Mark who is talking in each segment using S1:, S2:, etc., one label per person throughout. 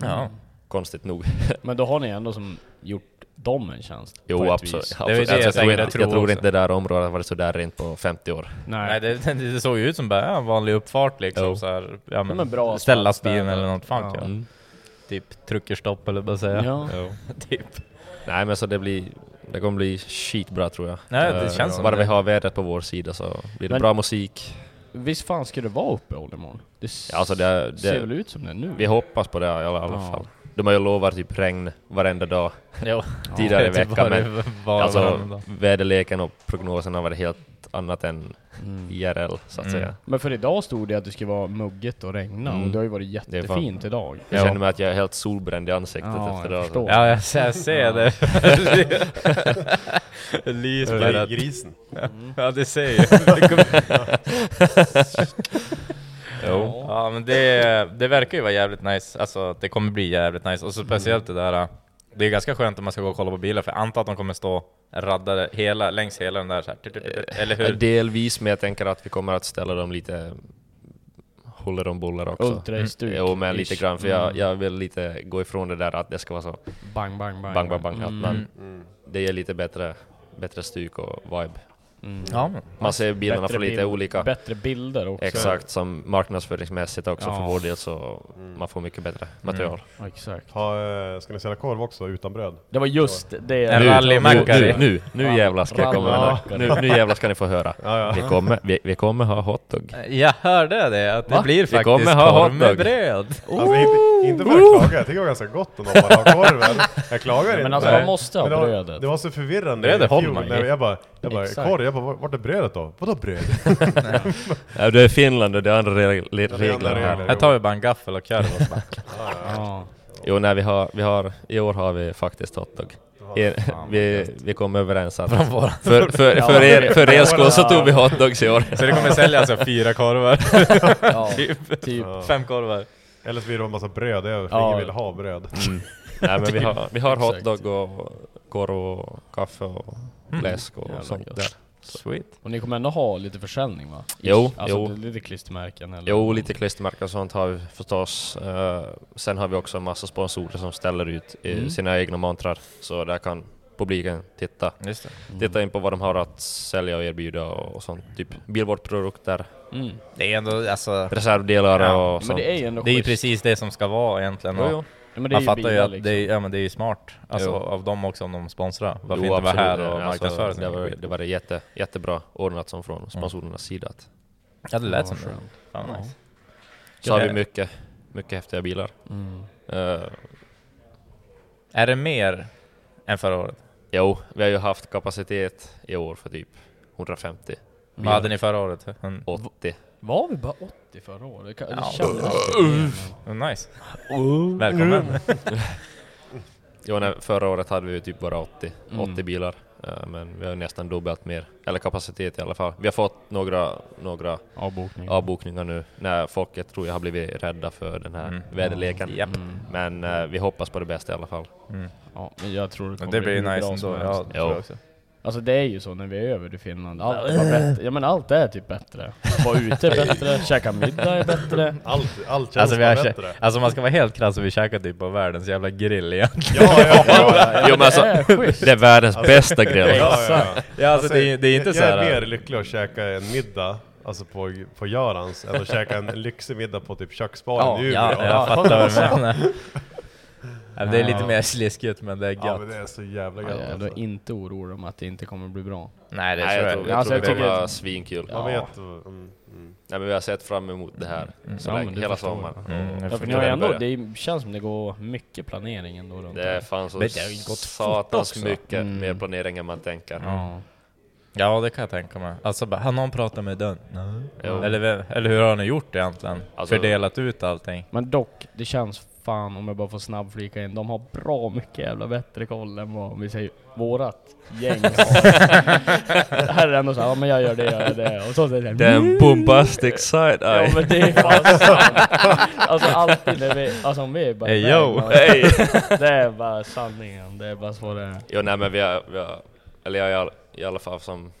S1: Ja.
S2: konstigt nog.
S3: Men då har ni ändå som gjort dem en tjänst. på
S2: Jo
S3: ett
S2: absolut.
S3: vis.
S1: Det är ju
S2: absolut.
S1: det jag
S2: jag, tror
S1: tänker,
S2: inte,
S1: jag
S2: jag
S1: tror
S2: tror
S1: också.
S2: inte det där området har varit så där rent på 50 år.
S1: Nej,
S3: Nej.
S1: det, det såg ju ut som bara ja, vanlig uppfart liksom
S2: Jo.
S1: så här, ja, men,
S3: men bra
S1: ställ
S3: ställ-
S1: lastbilen eller något fan
S3: Ja.
S1: ja. Mm. Typ truckerstopp eller vad säger
S3: Ja.
S1: typ.
S2: Nej men så det blir det kommer bli skitbra tror jag.
S1: Nej, det
S2: Eh,
S1: känns som
S2: Bara
S1: det.
S2: vi har vädret på vår sida så blir det
S3: Men-
S2: bra musik.
S3: Visst fan ska det vara uppehåll imorgon? Det s-
S2: Ja, Alltså det,
S3: ser väl
S2: det,
S3: ut som det nu?
S2: vi hoppas på det i alla, alla
S3: Ja.
S2: fall. de har ju lovat typ regn varenda dag
S4: Jo.
S2: tidigare i
S4: Typ
S2: veckan,
S4: bara-
S2: men
S4: bara varannan
S2: alltså
S4: dag.
S2: väderleken och prognosen har varit helt annat än IRL så att
S4: Mm.
S2: säga.
S3: Men för idag stod det att det skulle vara mugget och regna
S2: Mm.
S3: och det har ju varit
S2: fan-
S3: jättefint idag.
S2: Jag känner mig att jag är helt solbränd i ansiktet
S3: Ja,
S2: efter
S3: jag
S2: det.
S3: förstår.
S4: Ja, jag ser, jag ser det. Lys bara.
S5: Hör grisen.
S4: Ja, det ser jag. Det kommer-
S2: Jo.
S1: Ja men det, det verkar ju vara jävligt nice, alltså det kommer bli jävligt nice. Och så speciellt det där, äh, det är ganska skönt om man ska gå och kolla på bilar för jag antar att de kommer stå raddade hela, längs hela den där så här, tut, tut, tut, tut, eller hur?
S2: Delvis, men jag tänker att vi kommer att ställa dem lite huller om buller också. Mm.
S3: Ultra i stuk.
S2: Jo, men lite
S3: Ish. Mm.
S2: grann, för jag, jag vill lite gå ifrån det där att det ska vara så
S3: Bang, bang, bang.
S2: bang, bang, bang. Att man,
S5: Mm.
S2: det ger lite bättre, bättre stuk och vibe.
S3: Mm.
S1: Ja, men.
S2: Man ser bilarna
S3: Bättre
S2: från lite
S3: bild-
S2: olika.
S3: Bättre bilder också.
S2: Exakt, som marknadsföringsmässigt också
S3: Ja.
S2: för vår del så
S1: Mm.
S2: man får mycket bättre material.
S3: Ja, Exakt.
S5: Ha, eh, ska ni sälja korv också utan bröd?
S3: Det var just det.
S1: En
S2: Nu-
S1: rallymacka.
S2: Nu, nu, nu
S3: Rall-
S2: jävlar ska jag komma med
S3: rallymacka.
S2: det. nu, nu jävlar ska ni få höra.
S5: Ja, ja.
S2: Vi kommer, vi, vi kommer ha hotdog.
S1: Jag hörde det, att det
S2: Va?
S1: blir
S2: Vi kommer
S1: faktiskt
S2: ha
S1: korv med
S2: hotdog.
S1: bröd.
S5: Alltså inte, inte för att klaga, jag tycker det var ganska gott ändå att bara ha korven. Jag klagar inte.
S3: Men alltså man måste ha
S5: Men det var-
S3: brödet.
S5: Det var så förvirrande
S1: Brödet
S5: i
S1: håller
S5: fjol
S1: man i.
S5: när Jag bara, jag bara
S3: Exakt.
S5: korv, jag bara, vart är brödet då? Vadå bröd?
S2: Ja, det är Finland och det är andra reg- le-
S5: är andra
S2: regler här.
S5: regler.
S1: Här tar vi bara en gaffel och korv och så bara-
S3: Ja.
S2: Jo, nej, vi har, vi har, i år har vi faktiskt hotdog. I, vi, vi kom överens att för, för, för, er, för er skull så tog vi hotdogs i år.
S1: Så det kommer säljas alltså fyra korvar,
S3: ja.
S1: typ.
S3: Typ.
S1: Fem korvar.
S5: Eller så blir det en massa bröd, jag
S3: Ja.
S5: ingen vill ha bröd.
S2: Mm. Nej, men vi har, vi har hotdog och korv och kaffe och läsk och
S3: Jävla
S2: sånt
S3: gött.
S2: där.
S1: Sweet.
S3: Och ni kommer ändå ha lite försäljning va?
S2: Jo,
S3: alltså,
S2: jo.
S3: det är Lite klistermärken eller?
S2: Jo, lite klistermärken och sånt har vi förstås. Eh, sen har vi också en massa sponsorer som ställer ut eh,
S3: Mm.
S2: sina egna mantrar. Så där kan publiken titta.
S1: Just det.
S2: titta in på vad de har att sälja och erbjuda och, och sånt. Typ bilvårdprodukter,
S3: Mm.
S1: Det är ändå alltså...
S2: reservdelar
S1: Ja,
S2: och
S3: Men
S2: sånt.
S3: det är ju ändå
S1: Det är ju
S3: schysst.
S1: precis det som ska vara egentligen.
S2: Jo,
S1: och-
S2: jo.
S3: Ja, men det är
S1: Man
S3: ju
S1: fattar ju
S3: bilar,
S1: att
S3: liksom.
S1: det, är, ja, men det är ju smart alltså,
S2: Jo.
S1: av dem också om de sponsrar. Varför
S2: Jo,
S1: inte vara här
S2: absolut.
S1: och
S2: Alltså,
S1: marknadsföra
S2: det, var,
S1: sin
S2: det var jätte, jättebra ordnat som från sponsorernas sida. Att
S1: Ja, det lät som det.
S3: skönt.
S1: Fan, nice.
S2: så har
S1: det-
S2: vi mycket, mycket häftiga bilar.
S3: Mm.
S2: Eh,
S1: Är det mer än förra året?
S2: jo, vi har ju haft kapacitet i år för typ 150,
S1: Vad hade ni förra året? En,
S2: 80.
S3: Var vi bara 80 Typ förra året? Kan-
S1: Ja.
S3: Det kändes inte
S1: en nice. Oh.
S3: men-
S1: Välkommen.
S2: Jo, nej, förra året hade vi ju typ bara 80,
S3: Mm.
S2: 80 bilar. eh, Men vi har ju nästan dubbelt mer, eller kapacitet i alla fall. Vi har fått några, några
S3: Avbokning.
S2: avbokningar nu när folket tror jag har blivit rädda för den här
S1: Mm.
S2: väderleken.
S1: Japp.
S3: Mm.
S2: Men eh, vi hoppas på det bästa i alla fall.
S3: Ja, men jag tror det
S1: Men
S3: kommer
S1: Det blir ju
S3: hur
S1: nice
S3: bra som
S1: ändå.
S3: helst.
S1: Ja, det tror jag också.
S3: Alltså det är ju så när vi är över till Finland, allt var bättre. Ja men allt är typ bättre. Vara ute är bättre, käka middag är bättre.
S5: Allt, allt känns
S1: Alltså, vi har,
S5: alltså,
S1: kä-
S5: bättre.
S1: alltså om man ska vara helt krass så vi käkar typ på världens jävla grill egentligen.
S5: Ja, ja, ja.
S2: jo, men alltså,
S3: Det är schysst.
S2: det är världens bästa grill.
S5: ja, ja.
S1: Ja, alltså, det, är- det är inte
S5: jag,
S1: så här.
S5: Jag är mer lycklig att käka en middag, alltså på, på Görans, än att käka en lyxig middag på typ köksbaren
S1: ja,
S5: i Umeå.
S1: ja, jag fattar vad du menar. Ja, men Det är lite mer sliskigt men det är gött.
S5: Ja, men det är så jävla gött
S3: Ja, jag
S5: alltså.
S3: är inte orolig om att det inte kommer bli bra.
S1: Nej det
S2: Nej,
S1: tror jag.
S2: jag tror,
S1: Ja,
S2: jag
S3: Alltså,
S2: tror
S3: jag
S2: det kommer
S3: tycker-
S2: vara svinkul.
S5: Man vet... Mm, mm.
S2: Nej, men vi har sett fram emot det här så
S3: Ja,
S2: länge,
S3: men det
S2: hela
S3: förstår jag.
S2: sommaren.
S1: Mm, jag
S3: Ja, för
S1: förstår
S3: ni har ju
S1: det.
S3: ändå,
S2: börjar.
S3: det känns som det går mycket planering ändå runt
S2: Det är fan så
S1: Men det har ju gått
S2: satans
S1: fort också.
S2: mycket
S3: Mm.
S2: mer planering än man tänker.
S3: Ja.
S1: Ja det kan jag tänka mig. Alltså bara, har någon pratat med den?
S2: Jo.
S1: Eller, vem- eller hur har ni gjort egentligen?
S2: Alltså-
S1: Fördelat ut allting?
S3: Men dock, det känns fan om jag bara får snabbflika in, de har bra mycket jävla bättre koll än vad vi säger vårat gäng har. Här är det ändå såhär, ja men jag gör det, jag gör det. Och så säger jag
S2: Den bombastic side
S3: Ja
S2: eye.
S3: men det är fan sant. Alltså alltid när vi, alltså om vi är bara
S1: Hey,
S3: iväg
S1: yo.
S3: någonstans,
S2: Hey.
S3: Det är bara sanningen, det är bara så det är.
S2: Jo, nej, men vi har, vi har eller jag, i all- i alla fall som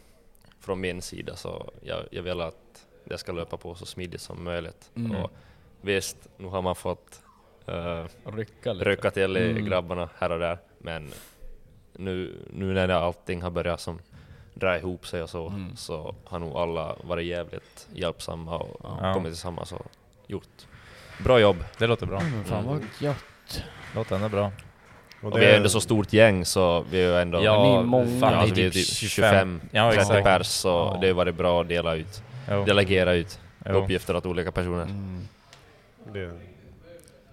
S2: från min sida så jag, jag vill att det ska löpa på så smidigt som möjligt.
S3: Mm.
S2: Och visst, nu har man fått eh,
S3: Rycka lite. Mm.
S2: rycka till i grabbarna här och där, men nu, nu när det allting har börjat som dra ihop sig och så,
S3: Mm.
S2: så har nog alla varit jävligt hjälpsamma och
S1: Ja.
S2: kommit tillsammans och gjort bra jobb.
S1: Det låter bra.
S2: Mm.
S3: Men fan vad gött.
S1: Låter ändå bra.
S5: Och
S2: Och vi är ändå så stort gäng så vi är ju ändå...
S3: ni är många.
S2: Fan,
S3: Ja,
S2: alltså, vi är typ 25,
S1: Ja
S2: 30
S1: exakt.
S2: pers så det har varit bra att dela ut,
S1: Jo.
S2: delegera ut
S1: Jo.
S2: Mm. uppgifter åt olika personer.
S5: Det,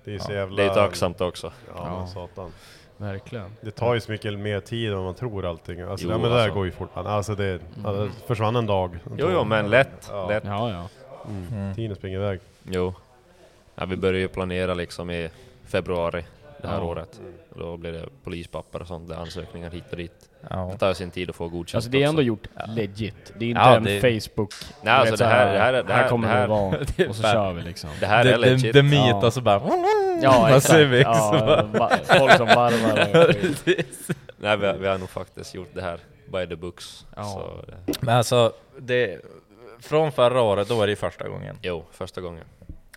S5: Det är ju så
S2: Ja.
S5: jävla...
S2: Det är tacksamt också.
S5: Ja, men satan.
S3: Verkligen.
S5: Det tar ju så mycket mer tid än man tror allting. Alltså,
S2: Jo,
S5: ja, men det där
S2: alltså.
S5: går ju fortfarande. Alltså det, ja, det försvann en dag.
S2: Jo, jo, men lätt.
S5: Ja.
S2: lätt.
S3: Ja, ja.
S5: Tiden springer iväg.
S2: Jo. Ja, vi började ju planera liksom i februari det här
S3: Ja.
S2: året. Och Då blir det polispapper och sånt, det är ansökningar hit och dit.
S1: Ja.
S2: Det tar ju sin tid att få godkänt
S3: Alltså det är ändå
S2: också.
S3: gjort legit. Det är inte
S1: Ja,
S3: en
S1: det-
S3: Facebook...
S2: Nej,
S3: du
S2: alltså
S3: vet
S2: det
S3: så
S2: här- det här är- det
S3: här
S2: här-
S3: kommer
S2: det
S3: det
S2: här-
S3: vara.
S1: det är
S3: Och så
S1: fan-
S3: kör vi liksom.
S2: Det här är
S1: The,
S2: legit.
S1: the, the meat
S3: Ja.
S1: och så bara...
S3: Ja,
S1: Pacific.
S3: exakt. Ja, va- folk som varvar. och skit.
S2: Nej, vi, har- vi har nog faktiskt gjort det här by the books.
S3: Ja.
S2: Så, eh,
S1: Men alltså, det, från förra året, då var det ju första gången.
S2: jo, första gången.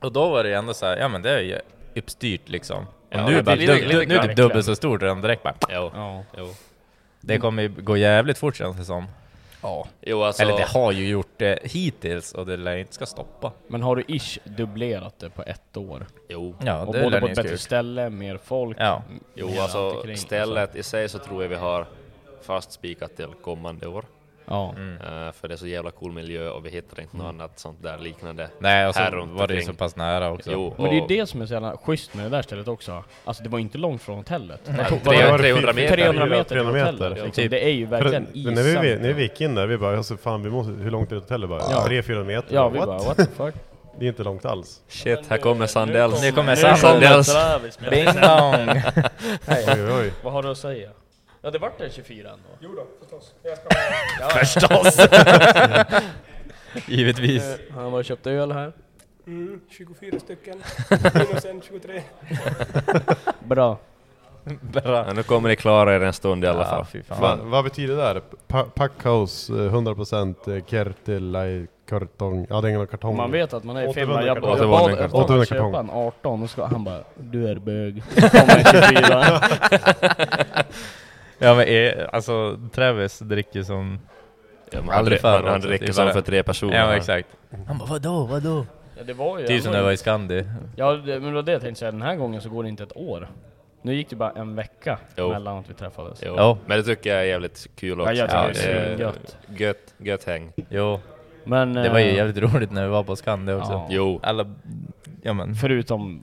S1: Och då var det ju ändå så här, ja men det är ju uppstyrt liksom. Och
S2: Ja,
S1: nu, är
S2: det
S1: det bara,
S2: är lite-
S1: du,
S2: lite
S1: du, nu är det
S2: klart.
S1: dubbelt så stort redan direkt bara.
S2: Jo,
S3: Ja.
S2: jo.
S1: Det kommer ju gå jävligt fort känns det som.
S2: jo alltså,
S1: Eller det har ju gjort det hittills och det lär inte ska stoppa.
S3: Men har du ish dubblerat det på ett år?
S2: jo.
S1: Ja,
S3: och
S1: det
S3: både
S1: lär
S3: på
S1: ni
S3: ett
S1: ska
S3: bättre
S1: gjort.
S3: ställe, mer folk.
S1: Ja.
S3: m-
S2: jo
S3: mer allt
S2: alltså
S3: omkring och så.
S2: stället i sig så tror jag vi har fastspikat till kommande år.
S3: Ja.
S1: Mm.
S2: Eh, för det är så jävla cool miljö och vi hittar inte något annat sånt där liknande.
S1: Nej, och
S2: här
S1: så
S2: runt
S1: var det ju så
S2: omkring.
S1: pass nära också.
S2: Jo,
S3: Men det är ju
S2: och-
S3: det som är så jävla schysst med det där stället också. Alltså det var inte långt från hotellet. Det tog-
S2: Tre-
S3: var det-
S2: 300 meter.
S3: 300
S5: 300
S3: meter till hotellet.
S5: meter.
S3: Liksom.
S1: Typ.
S3: Det är ju
S5: För
S3: verkligen i
S5: det- när, vi,
S3: centrum.
S5: när vi gick in där, vi bara alltså, fan vi måste, hur långt är det till hotellet? Bara,
S3: Ja.
S5: 300-400 meter?
S3: Ja, vi
S5: What?
S3: bara what the fuck.
S5: Det är inte långt alls.
S2: Shit, här kommer Sandells.
S1: Nu kommer Sandels. Bing bong!
S5: Oj, oj, oj.
S3: Vad har du att säga? Ja det vart en 24 ändå.
S1: Förstås! Givetvis.
S3: Han var och köpte öl här.
S6: Mm, 24 stycken. Minus en 23.
S3: Bra.
S2: Ja, nu kommer ni klara er en stund i alla fall.
S1: Ja, fy
S5: Va,
S1: fan.
S5: vad betyder det där? Pa Packhaus, eh, 100% Kertilai kartong. Ja, det är ingen kartong.
S3: Om man vet att man är i
S5: 800
S3: femman, jag,
S5: kartong.
S3: jag bad
S2: 800
S3: jag
S5: kartong.
S3: bad honom
S5: 800 kartong.
S3: köpa en 18 och ska, han bara du är bög. Kom en 24.
S1: Ja men eh, alltså Travis dricker som...
S2: Ja, men
S1: Aldrig
S2: aldrig
S1: förr
S2: han, han
S1: också, det
S2: dricker
S1: är
S2: som
S1: bara-
S2: för tre personer.
S1: Ja exakt. Han bara vadå, vadå?
S3: Ja, det var ju...
S1: Det är ju som när jag var i Scandi.
S3: Ja det, men det var det jag tänkte säga, den här gången så går det inte ett år. Nu gick det bara en vecka
S2: Jo.
S3: mellan att vi träffades.
S2: Jo.
S1: Ja.
S2: Men det tycker jag är jävligt kul också.
S3: Ja, jag tycker
S1: det
S3: är
S2: eh,
S3: gött.
S2: gött. Gött häng.
S1: Jo,
S3: Men...
S1: det var ju
S3: eh,
S1: jävligt roligt när vi var på Scandi
S3: Ja.
S1: också.
S2: Jo.
S1: Alla... Ja men...
S3: Förutom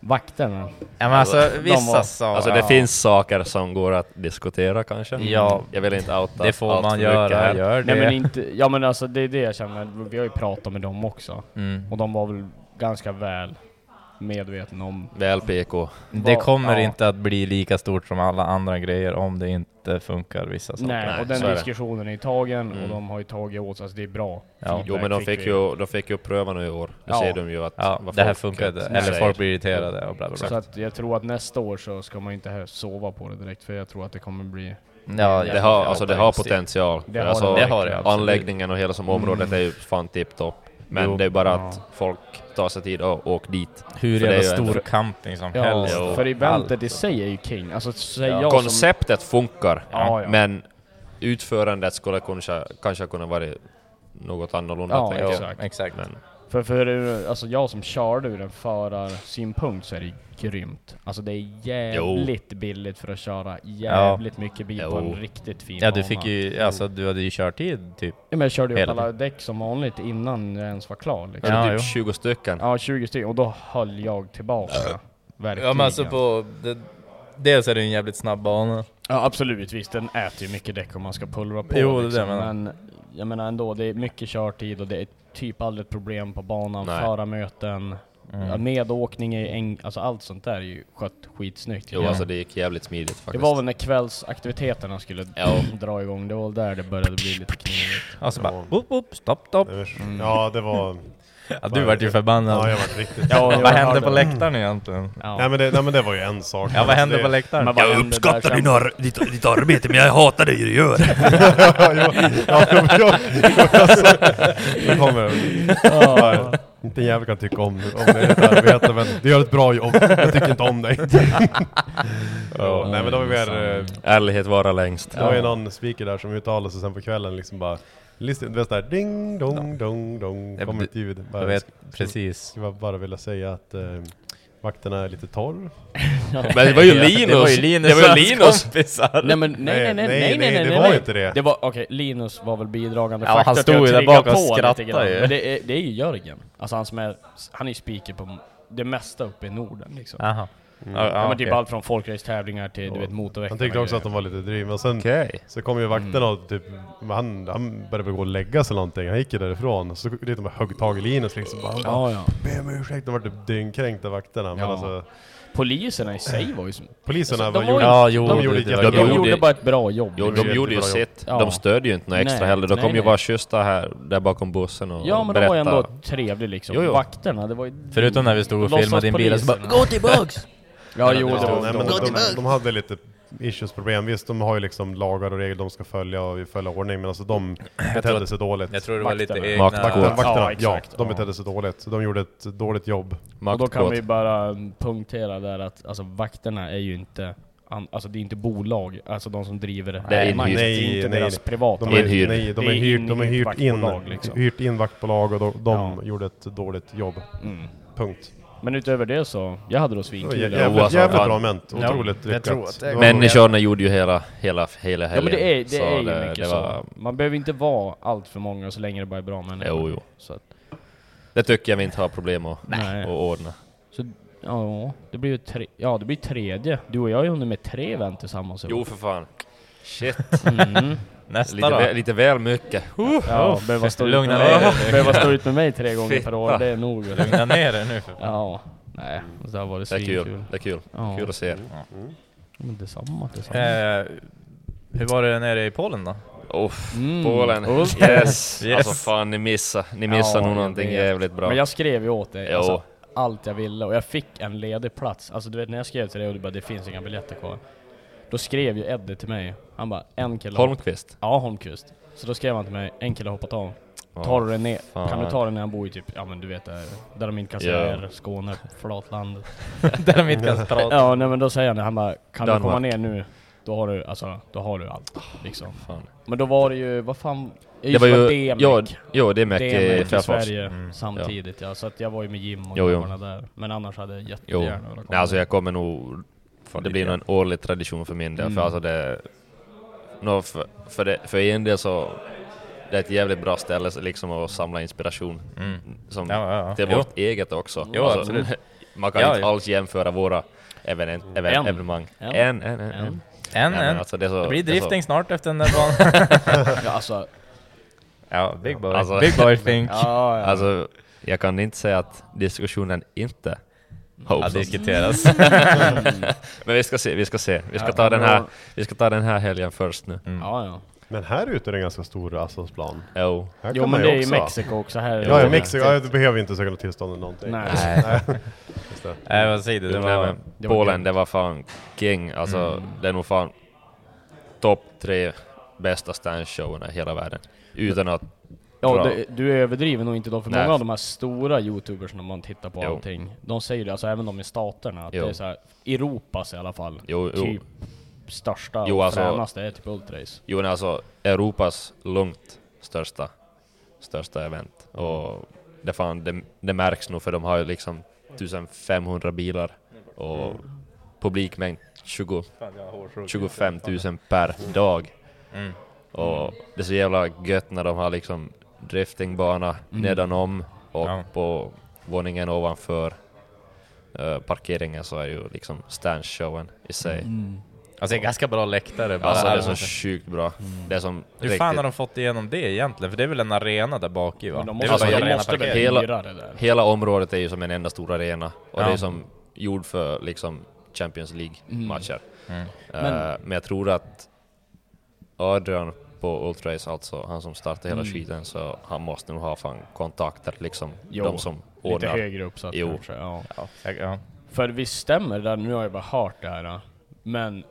S3: vakterna.
S1: Ja men alltså
S3: de var-
S1: vissa sa...
S2: Alltså det
S1: ja,
S2: finns saker som går att diskutera kanske.
S1: Ja.
S2: Jag vill inte outa
S1: Det får
S2: allt
S1: man
S2: för
S1: göra,
S2: mycket här.
S1: gör det.
S3: Nej men inte, ja men alltså det är det jag känner, vi har ju pratat med dem också.
S1: Mm.
S3: Och de var väl ganska väl medvetna om...
S2: Väl PK.
S1: Det
S3: Vad-
S1: kommer
S3: ja.
S1: inte att bli lika stort som alla andra grejer om det inte funkar vissa saker.
S3: nej,
S2: nej,
S3: och den
S2: så är det.
S3: diskussionen är tagen och
S2: Mm.
S3: de har ju tagit åt sig, alltså det är bra.
S1: Ja.
S2: Jo men de fick,
S3: vi.
S2: ju, de fick ju pröva nu i år. Nu
S3: Ja.
S2: ser de ju att
S1: Ja,
S2: vad
S1: det här
S2: folk,
S1: funkar inte.
S2: eh,
S1: Eller
S2: säger.
S1: folk blir irriterade och bla bla
S3: Så
S1: bla.
S3: att jag tror att nästa år så ska man inte här sova på det direkt för jag tror att det kommer bli...
S1: Ja,
S2: Det har, alltså det har potential.
S3: Det har
S2: alltså,
S3: det.
S1: Det har det, absolut. Mm.
S2: Anläggningen och hela som området är ju fan tipptopp. Men
S1: Jo.
S2: det är bara
S3: Ja.
S2: att folk tar sig tid och åker dit.
S1: Hur
S2: För det är
S1: jävla
S2: ju en-
S1: stor camping som
S3: Ja,
S1: helst.
S2: jo.
S3: för eventet i sig är ju king. Alltså säger jag som...
S2: Konceptet funkar,
S3: Ja, ja.
S2: men utförandet skulle kanske, kanske kunna vara något annorlunda.
S3: Ja,
S2: tänker
S1: Jo,
S2: jag.
S3: exakt.
S1: exakt.
S2: Men,
S3: För, för ur- alltså jag som körde ur en förarsynpunkt så är det ju grymt. Alltså det är jävligt billigt för att köra jävligt mycket bil på en
S2: Jo.
S3: riktigt fin
S1: Ja, du
S3: bana.
S1: fick ju, alltså du hade ju kört i typ.
S3: Ja, men jag körde ju upp
S1: hela
S3: alla
S1: tiden.
S3: däck som vanligt innan jag ens var klar liksom.
S1: Ja,
S2: men typ
S1: jo.
S2: 20 stycken.
S3: Ja, 20 stycken och då höll jag tillbaka. Verkligen.
S1: Ja men alltså på, det, dels är det en jävligt snabb bana.
S3: Ja, absolut, visst. Den äter ju mycket däck om man ska pulvra på.
S1: Jo, det är det
S3: liksom.
S1: jag menar.
S3: Men jag menar ändå, det är mycket körtid och det är typ aldrig ett problem på banan,
S2: Nej.
S3: förarmöten, ja, medåkning, är en, alltså allt sånt där är ju skött skitsnyggt.
S2: Jo, alltså det gick jävligt smidigt
S3: det
S2: faktiskt.
S3: var väl när kvällsaktiviteterna skulle
S2: Ja.
S3: dra igång, det var väl där det började bli lite knivigt.
S1: Alltså bara, upp, upp, stopp, stopp.
S5: Det är- Ja, det var...
S1: Ja, du vart ju förbannad.
S5: Ja, jag var riktigt...
S3: Ja,
S1: Vad hände på läktaren egentligen?
S3: Ja.
S5: Nej, men det, nej men det var ju en sak.
S1: Ja, vad hände
S5: Det-
S1: på läktaren?
S3: Men vad hände där sen?
S2: ar ditt, ditt arbete, men jag hatar det du gör.
S5: ja, jo, ja, jo, jo, jo, alltså, det kommer. Ja. Inte en jävel kan tycka om, om det ditt arbete, men du gör ett bra jobb. Jag tycker inte om dig. ja, nej men det var ju mer... eh,
S2: Ärlighet vara längst.
S5: Det var ju någon speaker där som uttalade sig sen på kvällen liksom bara... Lyssna, du vet sådär ding dong dong dong,
S1: Ja,
S5: kom
S1: men
S5: ett ljud. Bara,
S1: Jag vet precis.
S5: Skulle bara vilja säga att eh, vakterna är lite torr.
S2: Men det var ju Linus!
S1: Det var ju Linus
S2: Det var
S1: och
S2: ju
S1: hans
S2: Linus.
S1: kompisar.
S3: Nej men nej nej nej nej nej nej
S5: det
S3: nej,
S5: var
S3: nej.
S5: inte det.
S3: Det var, okej, Linus var väl bidragande
S1: Ja,
S3: faktor
S1: han
S3: till
S1: stod
S3: att
S1: ju där
S3: trigga
S1: bak och
S3: på lite
S1: skrattade
S3: grann.
S1: ju.
S3: Men det är, det är ju Jörgen, alltså han som är, han är ju speaker på det mesta uppe i Norden liksom.
S1: Jaha.
S3: Mm.
S1: Ja, ja,
S3: ja, men typ
S1: okej.
S3: allt från folkracetävlingar till du vet motorveckor.
S5: Han tyckte också att de var lite drivna. Sen
S1: Okej.
S5: så kom ju vakterna
S3: Mm.
S5: och typ, han, han började väl gå och lägga sig eller någonting. Han gick ju därifrån. Så gick de och högg tag i Linus liksom. Bara, Han bara,
S3: Ja, ja.
S5: be om ursäkt. De vart typ dyngkränkt av vakterna. Men
S3: Ja.
S5: alltså,
S3: Poliserna i sig var ju som...
S5: poliserna
S3: Alltså,
S5: var,
S3: de
S5: gjorde,
S3: var
S5: de,
S3: ju-
S5: de,
S3: de-
S5: gjorde
S2: det-
S5: ett
S2: det-
S5: jävla
S3: De
S2: de
S5: jobb.
S3: gjorde
S2: gjorde-
S3: bara ett bra jobb.
S2: Jo,
S5: gjorde
S2: de gjorde ju
S5: jättebra jobb.
S2: sitt.
S3: Ja.
S2: De störde ju inte något extra
S3: Nej,
S2: heller. De
S3: nej,
S2: kom ju
S3: nej.
S2: bara kyssa här, där bakom bussen och
S3: Ja men de var ju
S2: berätta.
S3: ändå trevliga liksom.
S2: Jo, jo.
S3: Vakterna, det var ju...
S1: Förutom när vi stod och filmade din bil och så bara
S3: Gå tillbaks! ja jo, det
S5: Ja,
S3: var
S5: nej, men de, de, de hade lite issues, problem. Visst, de har ju liksom lagar och regler de ska följa och följa ordning, men alltså de betedde sig dåligt.
S1: Jag tror det var lite
S3: Vakterna.
S1: egna...
S2: Vakterna.
S5: Vakterna,
S3: Ja,
S5: ja,
S3: exakt.
S5: de
S3: Ja.
S5: betedde sig dåligt. Så de gjorde ett dåligt jobb.
S3: Och då kan
S2: Maktbrott.
S3: vi ju bara mm, punktera där att alltså, vakterna är ju inte an, Alltså det är inte bolag, alltså de som driver det.
S2: Det är
S3: Nej,
S2: inhyrt.
S3: det är inte
S5: Nej, nej,
S3: deras
S5: nej.
S3: privata.
S5: De är,
S2: Inhyrd.
S5: nej, de
S3: Det
S5: är
S3: är
S5: hyrt, de är
S3: inhyrt
S5: hyrt, in,
S3: vaktbolag, liksom.
S5: hyrt in vaktbolag och de, de
S3: Ja.
S5: gjorde ett dåligt jobb.
S3: Mm.
S5: Punkt.
S3: Men utöver det så, jag hade då
S5: Det var
S3: svinkul.
S5: jä-
S3: Ja,
S5: jävligt,
S2: alltså,
S5: jävligt
S2: fan.
S5: bra moment.
S4: Ja,
S5: Otroligt
S4: jag tror
S5: lyckat.
S4: att det
S5: Det var-
S4: kommer-
S2: Människorna gjorde ju hela, hela, hela
S3: men
S2: helgen.
S3: det är, det
S2: Så
S3: är ju
S2: det-
S3: mycket
S2: det var-
S3: så. Man behöver inte vara allt för många så länge det bara är bra människor.
S2: Jo, jo.
S3: Så, att,
S2: Det tycker jag vi inte har problem att
S3: Nej.
S2: att ordna.
S3: så ja, det blir ju tre, ja, det blir tredje. Du och jag har ju hunnit med tre event tillsammans. i år.
S2: Jo för fan. Shit.
S3: Mm.
S1: Nästa
S2: Lite,
S1: då?
S2: väl, lite väl mycket.
S3: Ja, behöva stå, ut
S1: Lugna
S3: med
S1: ner
S3: mig,
S1: dig.
S3: behöva stå ut med mig tre gånger per år,
S2: Fitta.
S3: det är nog. eller?
S1: Lugna ner dig nu för fan.
S3: Ja, nej. Det har varit
S2: Det är
S3: svinkul.
S2: kul. Det är kul.
S3: Ja.
S2: Kul att se.
S3: Men detsamma, detsamma.
S1: Eh, hur var det nere i Polen då?
S2: Uff,
S3: Mm.
S2: Polen.
S3: Uff.
S2: Yes.
S1: Yes.
S2: Alltså fan, ni missar. Ni missar
S3: Ja,
S2: nog
S3: jag
S2: någonting
S3: vet.
S2: jävligt bra.
S3: Men jag skrev ju åt dig
S2: Jo.
S3: alltså, allt jag ville och jag fick en ledig plats. Alltså du vet när jag skrev till dig och du bara det finns inga biljetter kvar. Då skrev ju Eddie till mig. Han bara en kille har-
S2: Holmqvist.
S3: Ja Holmqvist. Så då skrev han till mig, en kille har hoppat av. Tar du den ner?
S2: fan.
S3: Kan du ta den när han bor i typ, ja men du vet där, där de inte kan
S2: Ja.
S3: säga R, Skåne, flatlandet.
S1: Där de inte kan prata.
S3: Ja nej men då säger han det, han bara kan
S2: Danmark.
S3: du komma ner nu? Då har du, alltså, då har du allt liksom.
S2: Fan.
S3: Men då var det ju, vad fan?
S2: Det var ju...
S3: DMEC.
S2: Jo, jo det är Mac i
S3: DMEC i
S2: Färfors.
S3: Sverige
S2: Mm, ja.
S3: samtidigt ja. så att jag var ju med Jim och
S2: Jo, jo.
S3: grabbarna där. Men annars hade jag
S2: Jo.
S3: jättegärna velat komma.
S2: Nej, alltså jag kommer nog... det blir nog en årlig tradition för min del.
S3: Mm.
S2: För alltså det... Nå, för, för, det, för en del så... Det är ett jävligt bra ställe så liksom att samla inspiration.
S1: Mm.
S2: Som
S1: Ja, ja, ja.
S2: Till
S1: Jo.
S2: vårt eget också.
S1: Jo,
S2: Alltså,
S1: absolut.
S2: Man kan
S1: Ja,
S2: inte
S1: ja.
S2: alls jämföra våra evenen, even,
S3: En.
S2: evenemang.
S3: En.
S2: En, en, en.
S3: En.
S2: en.
S1: En,
S2: Nej, men
S1: en.
S2: alltså, det, är så,
S1: Det blir
S2: det är så-
S1: drifting snart efter den där banan.
S3: Ja, alltså,
S1: ja, big boy.
S2: Alltså-
S1: Big boy think.
S3: ja, ja.
S2: Alltså, jag kan inte säga att diskussionen inte har
S1: Ja,
S2: uppstått.
S1: diskuteras.
S2: Men vi ska se, vi ska se. Vi ska,
S3: Ja,
S2: ta, den här,
S3: bra.
S2: vi ska ta den här helgen först nu.
S3: ja, ja.
S5: Men här ute är det en ganska stor Assansplan.
S2: Jo.
S5: Här
S3: Jo
S5: kan man
S3: men det
S5: ju
S3: är ju
S5: också.
S3: Mexiko också här.
S5: Ja,
S2: Jo,
S5: ja,
S2: men-
S5: Mexiko. Ja, du behöver inte söka något tillstånd eller någonting.
S3: Nej.
S1: Nej, vad säger du? Det
S2: Det
S1: var...
S3: det var
S2: Polen,
S3: grymt. Mm.
S2: det var fan king. Alltså, det är nog fan topp tre bästa standshowerna i hela världen. Utan att...
S3: Ja,
S2: Bra.
S3: det, du är överdriven och inte då, för
S2: Nej.
S3: många av de här stora youtubers när man tittar på
S2: Jo.
S3: allting, de säger det, alltså även de i staterna, att
S2: Jo.
S3: det är så här, Europas i alla fall,
S2: Jo, jo.
S3: typ största
S2: Jo,
S3: och
S2: alltså-
S3: fränaste är typ Ultrace.
S2: Jo, men alltså Europas långt största, största event. Och det, fan, det, det märks nog för de har ju liksom 1500 bilar och publikmängd 20, 25 000 per dag.
S1: Mm.
S2: Och det är så jävla gött när de har liksom driftingbana nedanom och
S1: Mm. Ja.
S2: på våningen ovanför eh, parkeringen så är ju liksom stance-showen i sig.
S1: Alltså en ganska bra läktare bara.
S2: Alltså det är så sjukt bra. Det är som
S1: Mm. Hur fan har de fått igenom det egentligen? För det är väl en arena där bak i va?
S3: Men de
S1: Det är
S3: måste,
S1: väl bara
S2: alltså,
S1: en
S3: de
S1: arena
S3: måste väl
S1: parkering?
S2: Hela-
S3: hyra det där?
S2: Hela området är ju som en enda stor arena och
S1: Ja.
S2: det är som gjord för liksom Champions League-matcher. Eh,
S3: Mm. Men-
S2: men, jag tror att Adrian på Ultrace, alltså han som startade hela
S3: Mm.
S2: skiten, så han måste nog ha fan kontakter liksom.
S3: Jo,
S2: de som
S3: Lite
S2: ordnar.
S3: högre uppsatt
S2: Jo.
S3: kanske, ja.
S1: Ja, jag- ja.
S3: För visst stämmer det där, nu har jag bara hört det här, ja. men